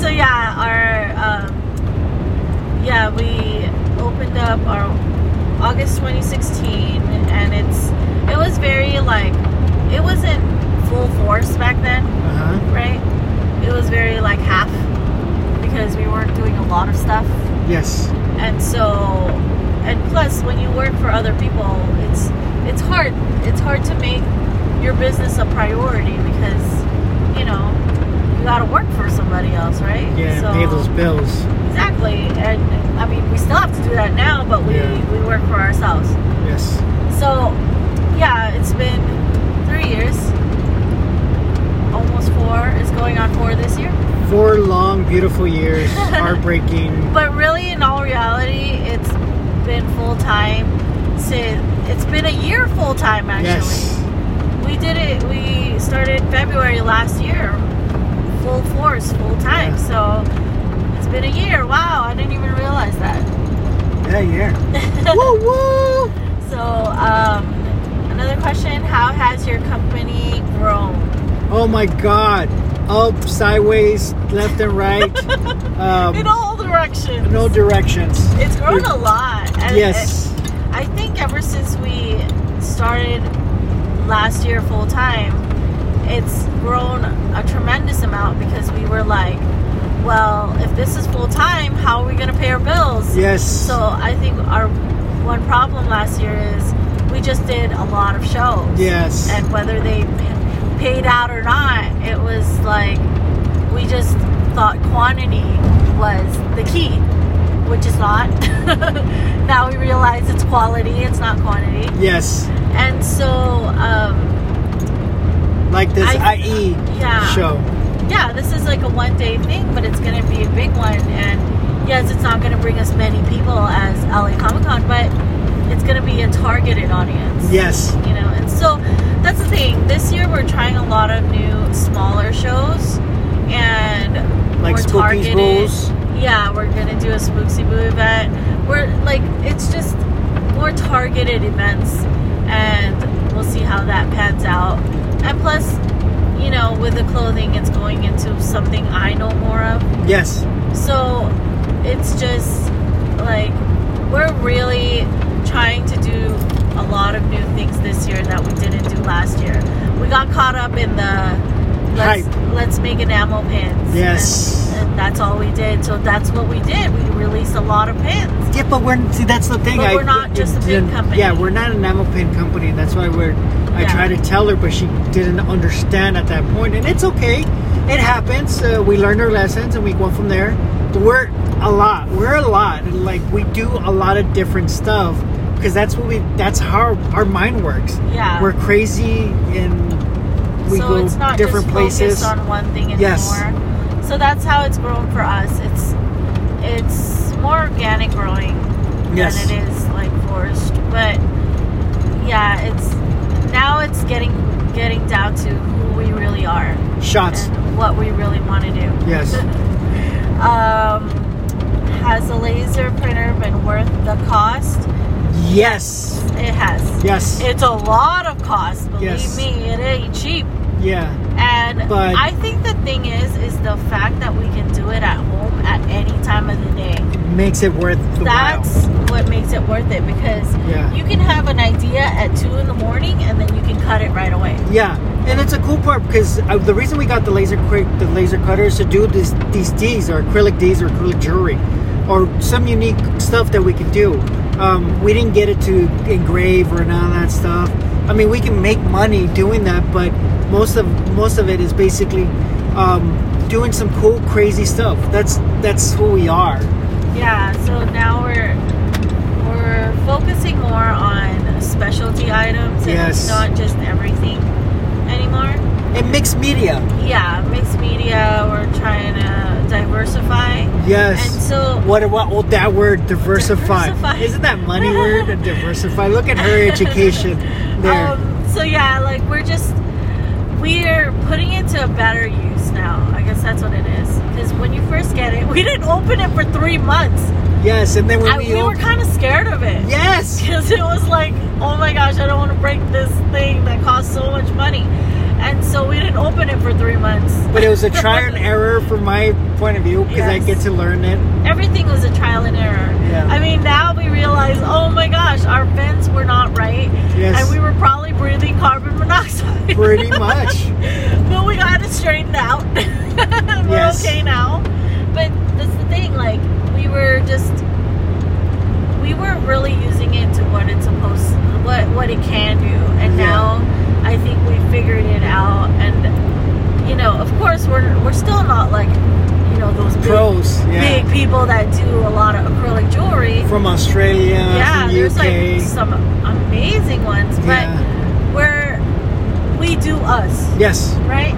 Speaker 2: so yeah, our um, yeah we opened up our August 2016, and it's it was very like it wasn't full force back then.
Speaker 1: Uh huh.
Speaker 2: right? It was very like half because we weren't doing a lot of stuff.
Speaker 1: Yes.
Speaker 2: And so and plus when you work for other people, it's it's hard. It's hard to make your business a priority because you know, you got to work for somebody else, right?
Speaker 1: Yeah,
Speaker 2: so,
Speaker 1: and pay those bills.
Speaker 2: Exactly. And I mean, we still have to do that now, but we
Speaker 1: Yeah.
Speaker 2: we work for ourselves.
Speaker 1: Yes.
Speaker 2: So, yeah, it's been 3 years. Almost 4. It's going on 4 this year.
Speaker 1: Four long, beautiful years, heartbreaking.
Speaker 2: But really, in all reality, it's been full time since it's been a year full time actually.
Speaker 1: Yes.
Speaker 2: We did it, we started February last year, full force, full time. So it's been a year. Wow, I didn't even realize that.
Speaker 1: Yeah, yeah. woo, woo.
Speaker 2: So um, another question: How has your company grown?
Speaker 1: Oh my God. Up, sideways, left and right.
Speaker 2: In
Speaker 1: Um,
Speaker 2: all directions.
Speaker 1: no directions.
Speaker 2: It's grown a lot. And
Speaker 1: Yes.
Speaker 2: it- I think ever since we started last year full time, it's grown a tremendous amount because we were like, well, if this is full time, how are we going to pay our bills?
Speaker 1: Yes.
Speaker 2: So I think our one problem last year is we just did a lot of shows.
Speaker 1: yes.
Speaker 2: And whether they paid out or not, it was like we just thought quantity was the key, which is not. now we realize it's quality, it's not quantity.
Speaker 1: yes.
Speaker 2: And so, um,
Speaker 1: Like this
Speaker 2: I-
Speaker 1: IE
Speaker 2: yeah.
Speaker 1: show.
Speaker 2: yeah, this is like a one day thing, but it's going to be a big one. And yes, it's not going to bring as many people as LA Comic Con, but it's going to be a targeted audience.
Speaker 1: Yes.
Speaker 2: you know and so that's the thing this year we're trying a lot of new smaller shows and
Speaker 1: Like
Speaker 2: we're
Speaker 1: Spooky's
Speaker 2: targeted.
Speaker 1: Rules.
Speaker 2: yeah we're gonna do a spooksy boo event we're like it's just more targeted events and we'll see how that pans out and plus you know with the clothing it's going into something i know more of
Speaker 1: Yes.
Speaker 2: so it's just like we're really trying to do a lot of new things this year that we didn't do last year. We got caught up in the let's, let's make enamel pins.
Speaker 1: Yes.
Speaker 2: And, and that's all we did. So that's what we did. We released a lot of pins.
Speaker 1: Yeah, but we're see that's the thing.
Speaker 2: But
Speaker 1: I,
Speaker 2: we're not just a
Speaker 1: didn't-
Speaker 2: pin company.
Speaker 1: Yeah, we're not an enamel pin company. That's why we're. I
Speaker 2: Yeah.
Speaker 1: tried to tell her, but she didn't understand at that point, and it's okay. It happens. Uh, we learned our lessons, and we go from there. We're a lot. We're a lot. Like we do a lot of different stuff because that's what we. That's how our mind works.
Speaker 2: Yeah.
Speaker 1: We're crazy, and we
Speaker 2: so
Speaker 1: go
Speaker 2: it's not
Speaker 1: different
Speaker 2: just
Speaker 1: places.
Speaker 2: focused on one thing anymore.
Speaker 1: Yes.
Speaker 2: So that's how it's grown for us. It's it's more organic growing
Speaker 1: Yes.
Speaker 2: than it is like forced. But yeah, it's now it's getting getting down to who we really are
Speaker 1: Shots.
Speaker 2: and what we really want to do.
Speaker 1: Yes.
Speaker 2: Um, has a laser printer been worth the cost?
Speaker 1: Yes.
Speaker 2: It has.
Speaker 1: Yes.
Speaker 2: It's a lot of cost. Believe
Speaker 1: Yes.
Speaker 2: me, it ain't cheap.
Speaker 1: yeah.
Speaker 2: And
Speaker 1: But-
Speaker 2: I think the thing is, is the fact that we can do it at home at any time of the day.
Speaker 1: It makes it worth the while.
Speaker 2: That's what makes it worth it because
Speaker 1: Yeah.
Speaker 2: you can have an idea at two in the morning and then you can cut it right away.
Speaker 1: Yeah, and it's a cool part because uh, the reason we got the laser quick the laser cutters to do this, these D's or acrylic D's or acrylic jewelry, or some unique stuff that we can do. Um, we didn't get it to engrave or none of that stuff. I mean, we can make money doing that, but most of most of it is basically um, doing some cool, crazy stuff. That's that's who we are.
Speaker 2: Yeah, so now we're we're focusing more on specialty items and
Speaker 1: Yes.
Speaker 2: not just everything anymore.
Speaker 1: And mixed media.
Speaker 2: Yeah, mixed media, we're trying to diversify.
Speaker 1: Yes.
Speaker 2: And so
Speaker 1: What what well, that word diversify.
Speaker 2: Diversify.
Speaker 1: Isn't that money word and diversify? Look at her education there.
Speaker 2: Um, so yeah, like we're just we're putting it to a better use now. I guess that's what it is. Because when you first get it, we didn't open it for three months.
Speaker 1: yes, and then when
Speaker 2: I,
Speaker 1: we,
Speaker 2: we were
Speaker 1: op-
Speaker 2: kind of scared of it.
Speaker 1: yes,
Speaker 2: Because it was like, oh my gosh, I don't want to break this thing that costs so much money. And so we didn't open it for three months.
Speaker 1: but it was a trial and error from my point of view because I
Speaker 2: Yes.
Speaker 1: get to learn it.
Speaker 2: Everything was a trial and error.
Speaker 1: Yeah.
Speaker 2: I mean, now we realize, oh my gosh, our vents were not right.
Speaker 1: Yes.
Speaker 2: And we were probably breathing carbon monoxide.
Speaker 1: Pretty much,
Speaker 2: But we got it straightened out. We're
Speaker 1: Yes.
Speaker 2: okay now. But that's the thing, like we were just we weren't really using it to what it's supposed what what it can do. And
Speaker 1: Yeah.
Speaker 2: now I think we figured it out and you know, of course we're we're still not like you know, those big,
Speaker 1: pros. Yeah,
Speaker 2: big people that do a lot of acrylic jewelry.
Speaker 1: from Australia,
Speaker 2: yeah,
Speaker 1: from
Speaker 2: there's
Speaker 1: UK.
Speaker 2: like some amazing ones, but
Speaker 1: yeah.
Speaker 2: we're we do us
Speaker 1: Yes,
Speaker 2: right?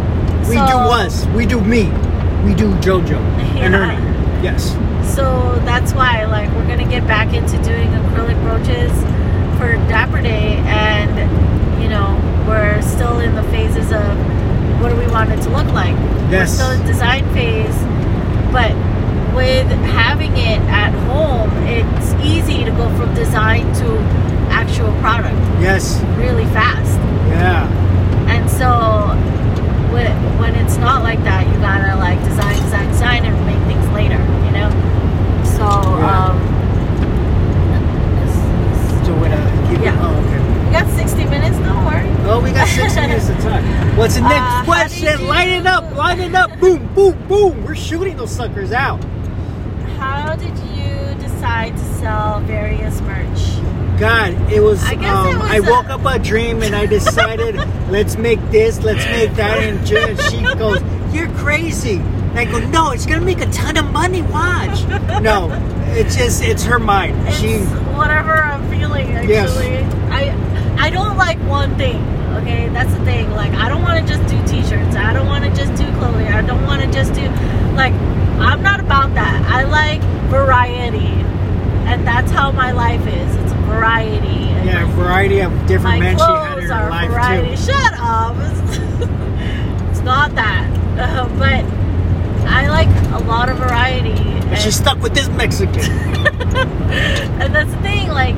Speaker 1: we do
Speaker 2: So-
Speaker 1: us. We do me. We do JoJo and
Speaker 2: Yeah.
Speaker 1: Ernie. Yes,
Speaker 2: So that's why, like, we're gonna get back into doing acrylic brooches for Dapper Day, and you know, we're still in the phases of what do we want it to look like.
Speaker 1: Yes.
Speaker 2: We're still in design phase, but with having it at home, it's easy to go from design to actual product
Speaker 1: Yes.
Speaker 2: really fast.
Speaker 1: Yeah.
Speaker 2: And so when, when it's not like that, you gotta like design, design, design, and make things later, you know? So,
Speaker 1: Yeah.
Speaker 2: um, it's- it's-
Speaker 1: So we uh, keep
Speaker 2: Yeah.
Speaker 1: it. Oh, okay.
Speaker 2: we got 60 minutes, don't worry.
Speaker 1: Oh, we got six minutes to talk. What's the next
Speaker 2: Uh, how did
Speaker 1: question?
Speaker 2: you-
Speaker 1: Light it up, light it up, boom, boom, boom. We're shooting those suckers out.
Speaker 2: How did you decide to sell various merch?
Speaker 1: God, it was.
Speaker 2: I guess
Speaker 1: um,
Speaker 2: it was
Speaker 1: I
Speaker 2: a-
Speaker 1: woke up a dream and I decided, let's make this, let's make that, and ju- and she goes, "You're crazy." And I go, "No, it's gonna make a ton of money. Watch." No, it's just it's her mind.
Speaker 2: It's
Speaker 1: she
Speaker 2: whatever I'm feeling actually.
Speaker 1: Yes.
Speaker 2: I I don't like one thing. Okay, that's the thing. Like I don't want to just do t-shirts. I don't want to just do clothing. I don't want to just do like I'm not about that. I like variety. And that's how my life is. It's variety. And
Speaker 1: yeah, a variety of
Speaker 2: my
Speaker 1: different men she had in
Speaker 2: clothes
Speaker 1: her
Speaker 2: are
Speaker 1: life
Speaker 2: variety. Shut up. It's, it's not that. Uh, but I like a lot of variety.
Speaker 1: too. And she stuck with this Mexican.
Speaker 2: And that's the thing, like,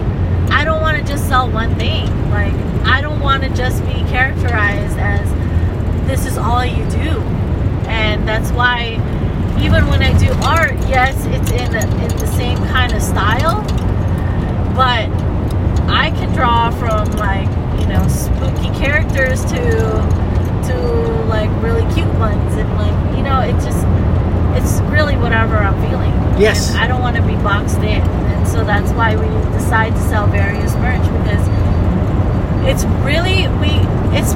Speaker 2: I don't want to just sell one thing. Like, I don't want to just be characterized as this is all you do. And that's why, even when I do art, yes, it's in the, in the same kind of style, but I can draw from, like, you know, spooky characters to to like really cute ones and like you know it just it's really whatever i'm feeling
Speaker 1: Yes.
Speaker 2: and I don't want to be boxed in. And so that's why we decide to sell various merch because it's really we it's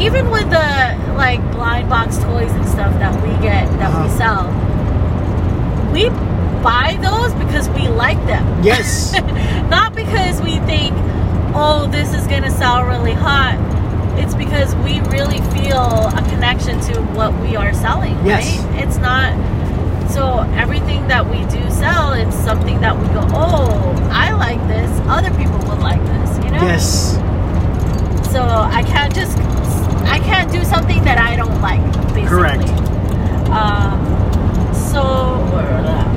Speaker 2: even with the like blind box toys and stuff that we get that we
Speaker 1: Uh-huh.
Speaker 2: sell. We buy those because we like them.
Speaker 1: Yes.
Speaker 2: Not because we think oh this is going to sell really hot. It's because we really feel a connection to what we are selling,
Speaker 1: Yes.
Speaker 2: right? It's not so everything that we do sell, it's something that we go, oh, I like this. Other people would like this, you know.
Speaker 1: Yes.
Speaker 2: So I can't just, I can't do something that I don't like. Basically.
Speaker 1: Correct.
Speaker 2: Um, so,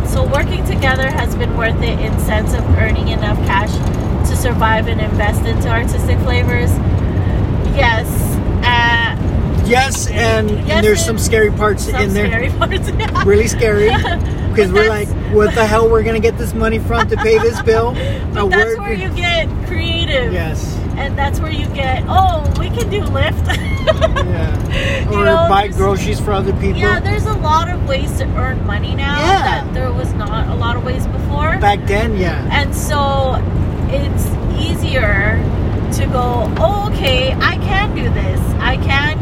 Speaker 2: so working together has been worth it in sense of earning enough cash to survive and invest into artistic flavors. Yes. Uh,
Speaker 1: Yes, and,
Speaker 2: Yes,
Speaker 1: and there's
Speaker 2: and
Speaker 1: some scary parts
Speaker 2: some
Speaker 1: in there.
Speaker 2: scary parts.
Speaker 1: Really scary. Because
Speaker 2: But
Speaker 1: we're like,
Speaker 2: that's-
Speaker 1: what the hell we're gonna get this money from to pay this bill?
Speaker 2: But that's where you get creative.
Speaker 1: Yes.
Speaker 2: and that's where you get oh we can do Lyft.
Speaker 1: Yeah.
Speaker 2: You
Speaker 1: or
Speaker 2: know,
Speaker 1: buy
Speaker 2: there's-
Speaker 1: groceries for other people.
Speaker 2: yeah, there's a lot of ways to earn money now
Speaker 1: Yeah.
Speaker 2: that there was not a lot of ways before,
Speaker 1: Back then, yeah.
Speaker 2: and so it's easier to go oh, okay I can do this I can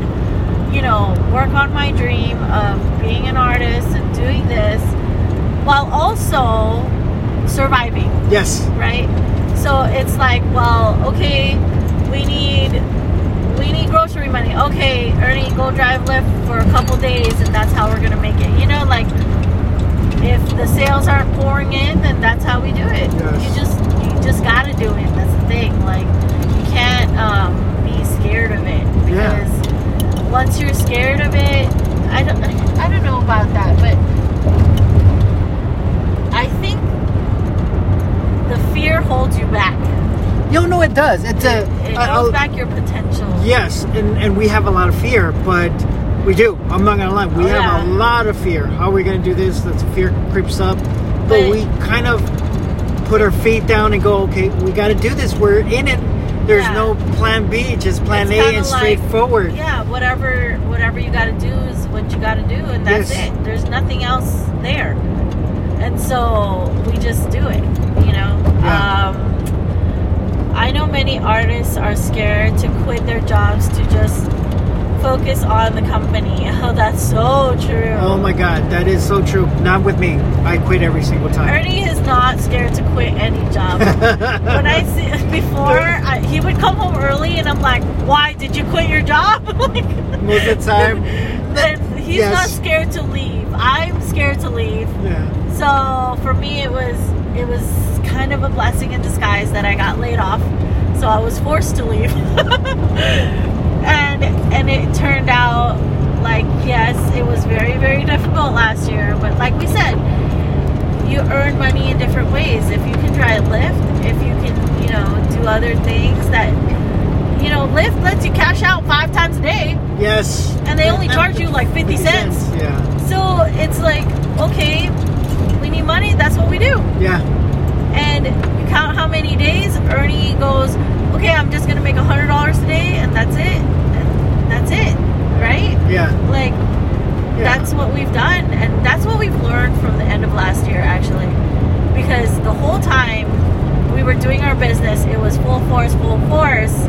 Speaker 2: you know work on my dream of being an artist and doing this while also surviving
Speaker 1: Yes.
Speaker 2: right? So it's like, well, okay, we need we need grocery money. Okay, Ernie, go drive Lyft for a couple days, and that's how we're gonna make it. You know, like if the sales aren't pouring in, then that's how we do it.
Speaker 1: Yes.
Speaker 2: You just you just gotta do it. That's the thing. Like you can't um, be scared of it
Speaker 1: Yeah.
Speaker 2: because once you're scared of it, I don't I don't know about that, but I think the fear holds you back.
Speaker 1: You know it does. It's a.
Speaker 2: it
Speaker 1: a-
Speaker 2: holds
Speaker 1: a-
Speaker 2: back your potential.
Speaker 1: yes, and, and we have a lot of fear, but we do. I'm not gonna lie. We
Speaker 2: Oh,
Speaker 1: have a
Speaker 2: yeah.
Speaker 1: lot of fear. How are we gonna do this? That's fear creeps up. But,
Speaker 2: But-
Speaker 1: we kind of put our feet down and go, okay, we gotta do this. We're in it. There's
Speaker 2: Yeah.
Speaker 1: no plan B, just plan
Speaker 2: It's
Speaker 1: A and
Speaker 2: kinda like-
Speaker 1: straightforward.
Speaker 2: Yeah, whatever whatever you gotta do is what you gotta do and that's
Speaker 1: Yes.
Speaker 2: it. There's nothing else there. And so we just do it, you know?
Speaker 1: Yeah.
Speaker 2: Um I know many artists are scared to quit their jobs to just focus on the company. Oh, that's so true.
Speaker 1: Oh my god, that is so true. Not with me. I quit every single time.
Speaker 2: Ernie is not scared to quit any job. when I see before, I, he would come home early, and I'm like, "Why did you quit your job?" like,
Speaker 1: Most of the time.
Speaker 2: then he's
Speaker 1: Yes.
Speaker 2: not scared to leave. I'm scared to leave.
Speaker 1: Yeah.
Speaker 2: So for me, it was it was kind of a blessing in disguise that I got laid off. So I was forced to leave, and and it turned out like yes, it was very, very difficult last year. But like we said, you earn money in different ways. If you can drive Lyft, if you can, you know, do other things that, you know, Lyft lets you cash out five times a day,
Speaker 1: Yes.
Speaker 2: and they only
Speaker 1: Yeah.
Speaker 2: charge you like 50 cents.
Speaker 1: Yeah.
Speaker 2: So it's like, okay, we need money. That's what we do.
Speaker 1: Yeah.
Speaker 2: and you count how many days ernie goes okay i'm just gonna make a hundred dollars today and that's it and that's it right
Speaker 1: Yeah.
Speaker 2: like
Speaker 1: yeah.
Speaker 2: that's what we've done and that's what we've learned from the end of last year actually because the whole time we were doing our business it was full force full force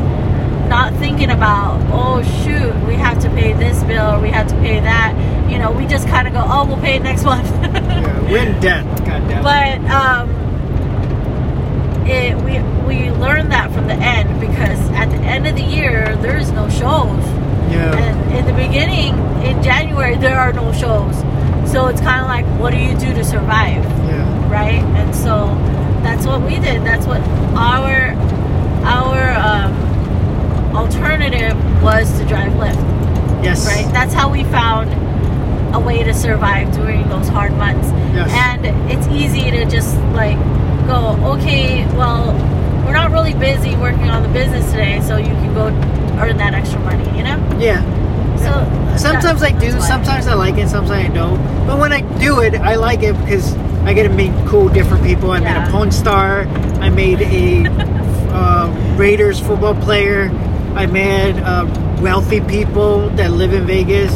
Speaker 2: not thinking about oh shoot we have to pay this bill or we have to pay that you know we just kind of go oh we'll pay it next month
Speaker 1: yeah. We're in debt. God damn.
Speaker 2: but um, it, we we learned that from the end because at the end of the year there is no shows,
Speaker 1: yeah.
Speaker 2: and in the beginning in January there are no shows, so it's kind of like what do you do to survive,
Speaker 1: Yeah.
Speaker 2: right? And so that's what we did. That's what our our um, alternative was to drive Lyft
Speaker 1: Yes.
Speaker 2: right? That's how we found a way to survive during those hard months.
Speaker 1: Yes.
Speaker 2: And it's easy to just like go, okay, well, we're not really busy working on the business today, so you can go earn that extra money, you know?
Speaker 1: Yeah.
Speaker 2: So
Speaker 1: Sometimes I
Speaker 2: that-
Speaker 1: do.
Speaker 2: that's why.
Speaker 1: Sometimes I like it. Sometimes I don't. But when I do it, I like it because I get to meet cool, different people. I met
Speaker 2: Yeah.
Speaker 1: a porn star. I made a uh, Raiders football player. I met uh, wealthy people that live in Vegas.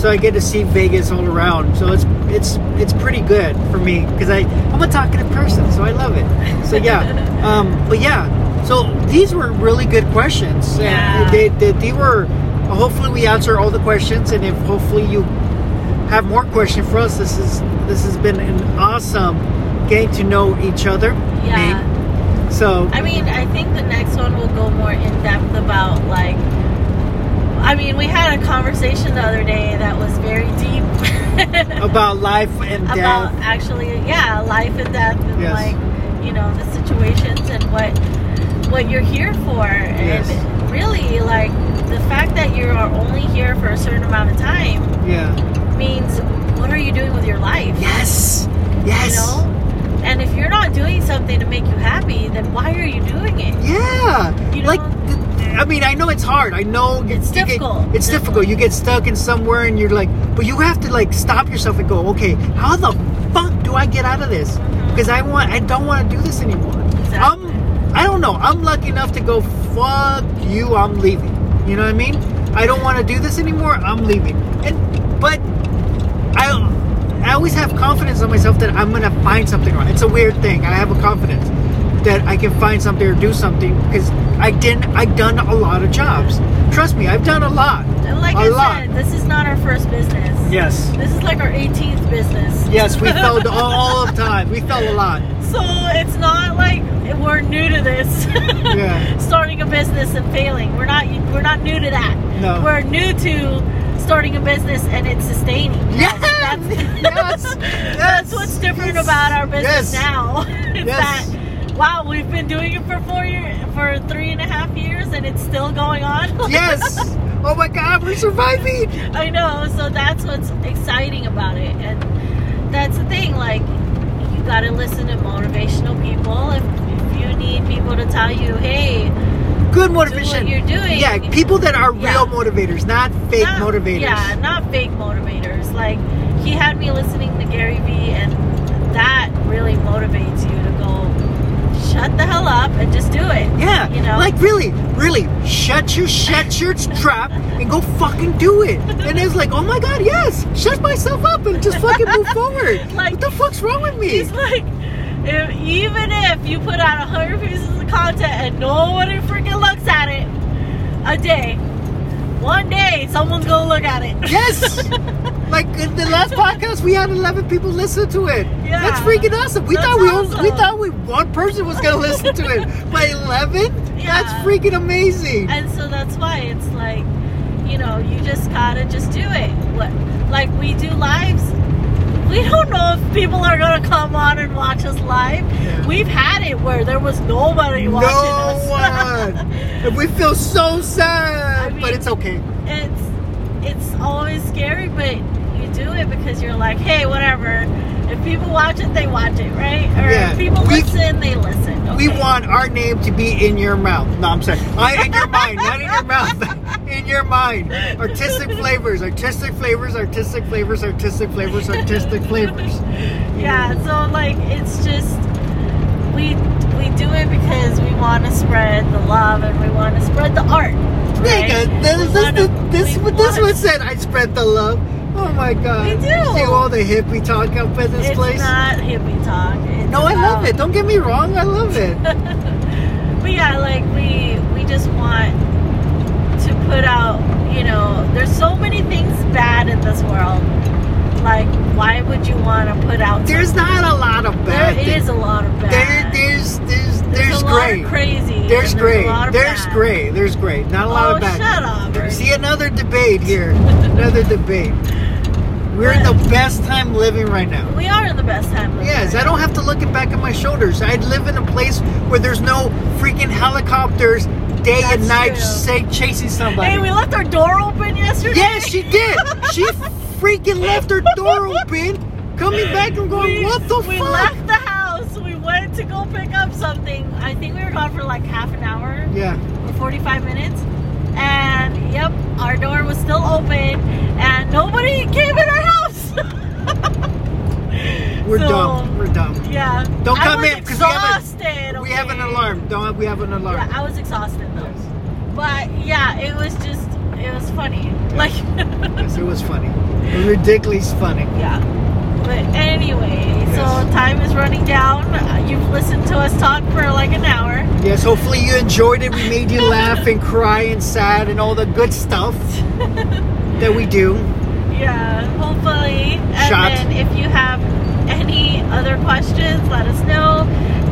Speaker 1: So I get to see Vegas all around. So it's it's it's pretty good for me because I I'm a talkative person, so I love it. So yeah, um, but yeah. So these were really good questions.
Speaker 2: Yeah.
Speaker 1: And they, they, they were. Hopefully, we answer all the questions, and if hopefully you have more questions for us, this is this has been an awesome getting to know each other.
Speaker 2: Yeah.
Speaker 1: Me. So
Speaker 2: I mean, I think the next one will go more in depth about like. I mean, we had a conversation the other day that was very deep.
Speaker 1: about life and death.
Speaker 2: about actually yeah life and death and
Speaker 1: Yes.
Speaker 2: like you know the situations and what what you're here for and
Speaker 1: Yes.
Speaker 2: really like the fact that you are only here for a certain amount of time
Speaker 1: yeah.
Speaker 2: means what are you doing with your life
Speaker 1: Yes. Yes.
Speaker 2: you know and if you're not doing something to make you happy then why are you doing it
Speaker 1: Yeah.
Speaker 2: You know?
Speaker 1: Like, th- I mean, I know it's hard. I know you-
Speaker 2: It's
Speaker 1: you get-
Speaker 2: difficult.
Speaker 1: it's difficult. You get stuck in somewhere, and you're like, but you have to like stop yourself and go, okay, how the fuck do I get out of this? Because I want, I don't want to do this anymore.
Speaker 2: Mm-hmm. Exactly.
Speaker 1: I'm, I don't know. I'm lucky enough to go, fuck you, I'm leaving. You know what I mean? I don't want to do this anymore. I'm leaving. And but I. I always have confidence in myself that I'm gonna find something wrong. It's a weird thing. I have a confidence that I can find something or do something because I didn't. I've done a lot of jobs. Trust me, I've done a lot.
Speaker 2: and like
Speaker 1: A
Speaker 2: i
Speaker 1: lot.
Speaker 2: said this is not our first business
Speaker 1: Yes.
Speaker 2: this is like our 18th business
Speaker 1: Yes, we fell all, all the time. We fell a lot.
Speaker 2: so it's not like we're new to this
Speaker 1: Yeah.
Speaker 2: starting a business and failing. We're not we're not new to that.
Speaker 1: No.
Speaker 2: We're new to starting a business and it's sustaining.
Speaker 1: Yes!
Speaker 2: That's,
Speaker 1: Yes!
Speaker 2: that's
Speaker 1: Yes!
Speaker 2: what's different
Speaker 1: Yes!
Speaker 2: about our
Speaker 1: Yes!
Speaker 2: business now. It's
Speaker 1: Yes.
Speaker 2: that wow, we've been doing it for four years for three and a half years and it's still going on.
Speaker 1: yes. Oh my God, we're surviving.
Speaker 2: I know, so that's what's exciting about it. And that's the thing, like you gotta listen to motivational people if, if you need people to tell you, hey,
Speaker 1: Good motivation.
Speaker 2: you're doing.
Speaker 1: Yeah, people that are
Speaker 2: Yeah.
Speaker 1: real motivators, not fake
Speaker 2: not-
Speaker 1: motivators.
Speaker 2: Yeah, not fake motivators. Like he had me listening to Gary Vee, and that really motivates you to go shut the hell up and just do it.
Speaker 1: Yeah,
Speaker 2: you know,
Speaker 1: like really, really, shut your shut your trap and go fucking do it. And it's like, oh my god, yes, shut myself up and just fucking move forward.
Speaker 2: Like-
Speaker 1: what the fuck's wrong with me?
Speaker 2: he's like. If, even if you put out a hundred pieces of content and nobody freaking looks at it a day, one day someone's gonna look at it.
Speaker 1: Yes. like in the last podcast, we had eleven people listen to it.
Speaker 2: Yeah.
Speaker 1: that's freaking awesome. We
Speaker 2: That's
Speaker 1: thought we
Speaker 2: awesome.
Speaker 1: only, we thought we one person was gonna listen to it, but eleven.
Speaker 2: Yeah.
Speaker 1: That's freaking amazing.
Speaker 2: and so that's why it's like you know you just gotta just do it what like we do lives we don't know if people are gonna come on and watch us live
Speaker 1: Yeah.
Speaker 2: we've had it where there was nobody
Speaker 1: no
Speaker 2: watching us
Speaker 1: one. and we feel so sad,
Speaker 2: I mean-
Speaker 1: but it's okay.
Speaker 2: it's it's always scary but because you're like, hey, whatever. If people watch it, they watch it, right? Or
Speaker 1: Yeah.
Speaker 2: if people
Speaker 1: We-
Speaker 2: listen, they listen.
Speaker 1: We
Speaker 2: okay.
Speaker 1: want our name to be in your mouth. No, I'm sorry. I, in your mind, not in your mouth. In your mind. Artistic flavors, artistic flavors, artistic flavors, artistic flavors, artistic flavors.
Speaker 2: Yeah, so like it's just we we do it because we want to spread the love and we want to spread the art. Right?
Speaker 1: Yeah,
Speaker 2: We
Speaker 1: this, this,
Speaker 2: wanna-
Speaker 1: this,
Speaker 2: we
Speaker 1: this, this
Speaker 2: want-
Speaker 1: one said, I spread the love. Oh my God.
Speaker 2: We do.
Speaker 1: See all the hippie talk up in this
Speaker 2: it's
Speaker 1: place?
Speaker 2: not hippie talk. It's
Speaker 1: no, I love
Speaker 2: about-
Speaker 1: it. Don't get me wrong. I love it.
Speaker 2: But yeah, like we we just want to put out, you know, there's so many things bad in this world. Like, why would you want to put out?
Speaker 1: There's not a lot of
Speaker 2: there
Speaker 1: bad
Speaker 2: is
Speaker 1: things.
Speaker 2: a lot of
Speaker 1: There,
Speaker 2: bad.
Speaker 1: there's, there's, there's,
Speaker 2: a
Speaker 1: great.
Speaker 2: Lot of crazy.
Speaker 1: There's
Speaker 2: and
Speaker 1: great.
Speaker 2: a lot of
Speaker 1: There's
Speaker 2: bad.
Speaker 1: great. There's great. Not a lot
Speaker 2: oh,
Speaker 1: of bad.
Speaker 2: shut up. Ernie.
Speaker 1: See another debate here. another debate. We're in the best time living right now.
Speaker 2: We are in the best time. of the
Speaker 1: Yes,
Speaker 2: year.
Speaker 1: I don't have to look it back at my shoulders. I live in a place where there's no freaking helicopters day
Speaker 2: That's
Speaker 1: and night
Speaker 2: true.
Speaker 1: say chasing somebody.
Speaker 2: Hey, we left our door open yesterday.
Speaker 1: yes, she did. She freaking left her door open, coming back and going,
Speaker 2: We-
Speaker 1: "What the
Speaker 2: We
Speaker 1: fuck?"
Speaker 2: left the house. We went to go pick up something. I think we were gone for like half an hour
Speaker 1: Yeah.
Speaker 2: or 45 minutes. And yep, our door was still open, and nobody came in our house.
Speaker 1: We're
Speaker 2: So-
Speaker 1: dumb. We're dumb.
Speaker 2: yeah.
Speaker 1: Don't
Speaker 2: I
Speaker 1: come
Speaker 2: was
Speaker 1: in, 'cause we have a-
Speaker 2: exhausted,
Speaker 1: We have an
Speaker 2: okay?
Speaker 1: alarm. Don't we have an alarm?
Speaker 2: Yeah, I was exhausted though. But yeah, it was just, it was funny. Like.
Speaker 1: Yes, it was funny. It was ridiculously funny.
Speaker 2: Yeah. But anyway, so
Speaker 1: Yes.
Speaker 2: time is running down. Uh, You've listened to us talk for like an hour.
Speaker 1: Yes, hopefully you enjoyed it. We made you laugh and cry and sad and all the good stuff that we do.
Speaker 2: Yeah, hopefully. And
Speaker 1: Shot.
Speaker 2: then if you have any other questions, let us know.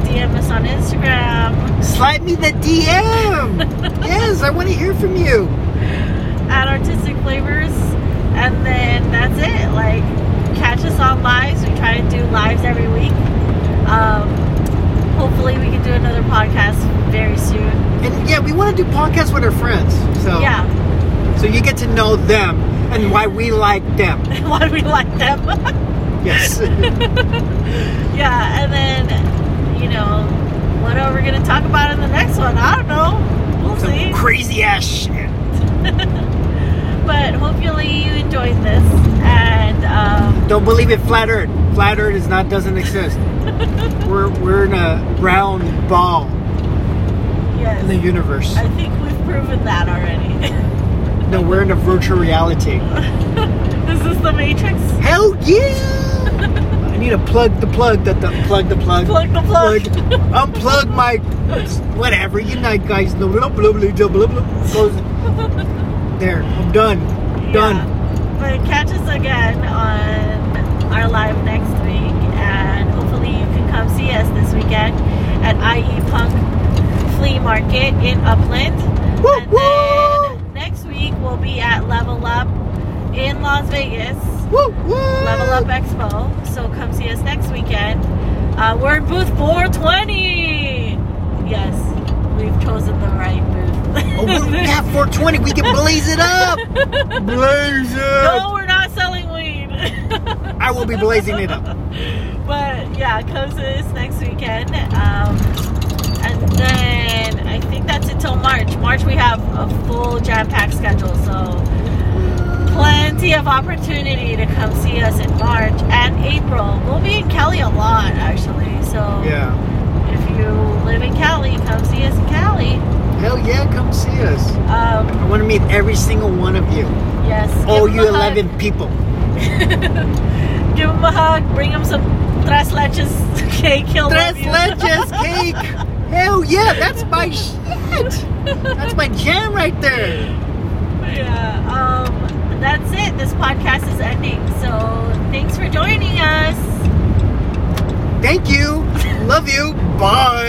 Speaker 2: DM us on Instagram
Speaker 1: Slide me the DM. yes, I want to hear from you.
Speaker 2: at Artistic Flavors. And then that's it. Like, catch us on lives. We try to do lives every week. Um, hopefully, we can do another podcast very soon.
Speaker 1: And yeah, we want to do podcasts with our friends. So
Speaker 2: Yeah.
Speaker 1: so you get to know them and why we like them.
Speaker 2: Why we like them.
Speaker 1: Yes.
Speaker 2: Yeah, and then, you know, what are we going to talk about in the next one? I don't know. We'll see.
Speaker 1: Some crazy ass shit.
Speaker 2: But hopefully you enjoyed this. And, um,
Speaker 1: Don't believe it, flat earth. Flat earth is not doesn't exist. we're we're in a round ball in the
Speaker 2: yes,
Speaker 1: universe.
Speaker 2: I think we've proven that already.
Speaker 1: No, we're in a virtual reality.
Speaker 2: this is the Matrix.
Speaker 1: Hell yeah! I need to plug the plug that the plug the plug.
Speaker 2: Plug the plug.
Speaker 1: unplug my whatever. You know, guys. Blah, blah, blah, blah, blah, blah, blah. Close. There, I'm done. Done.
Speaker 2: Yeah. But catch us again on our live next week. And hopefully you can come see us this weekend at IE Punk Flea Market in Upland.
Speaker 1: Woo,
Speaker 2: and
Speaker 1: woo!
Speaker 2: then next week we'll be at Level Up in Las Vegas.
Speaker 1: Woo, woo.
Speaker 2: Level Up Expo. So come see us next weekend. Uh, we're in booth 420. Yes, we've chosen the right booth.
Speaker 1: Oh, we we got 420. We can blaze it up. Blaze it.
Speaker 2: no, we're not selling weed.
Speaker 1: I will be blazing it up.
Speaker 2: But yeah, come to this next weekend. Um, and then I think that's it till March. March we have a full jam packed schedule, so plenty of opportunity to come see us in March and April. We'll be in Cali a lot actually, so
Speaker 1: Yeah.
Speaker 2: if you live in Cali, come see us in Cali.
Speaker 1: Hell yeah! Come see us.
Speaker 2: Um,
Speaker 1: I want to meet every single one of you.
Speaker 2: yes.
Speaker 1: All Oh,
Speaker 2: give
Speaker 1: you
Speaker 2: 'em a hug.
Speaker 1: 11 people.
Speaker 2: Give them a hug. Bring them some tres leches cake. He'll love
Speaker 1: Tres
Speaker 2: you.
Speaker 1: leches cake. Hell yeah, that's my shit. That's my jam right there.
Speaker 2: Yeah, um, that's it. This podcast is ending. So thanks for joining us.
Speaker 1: Thank you. Love you. Bye.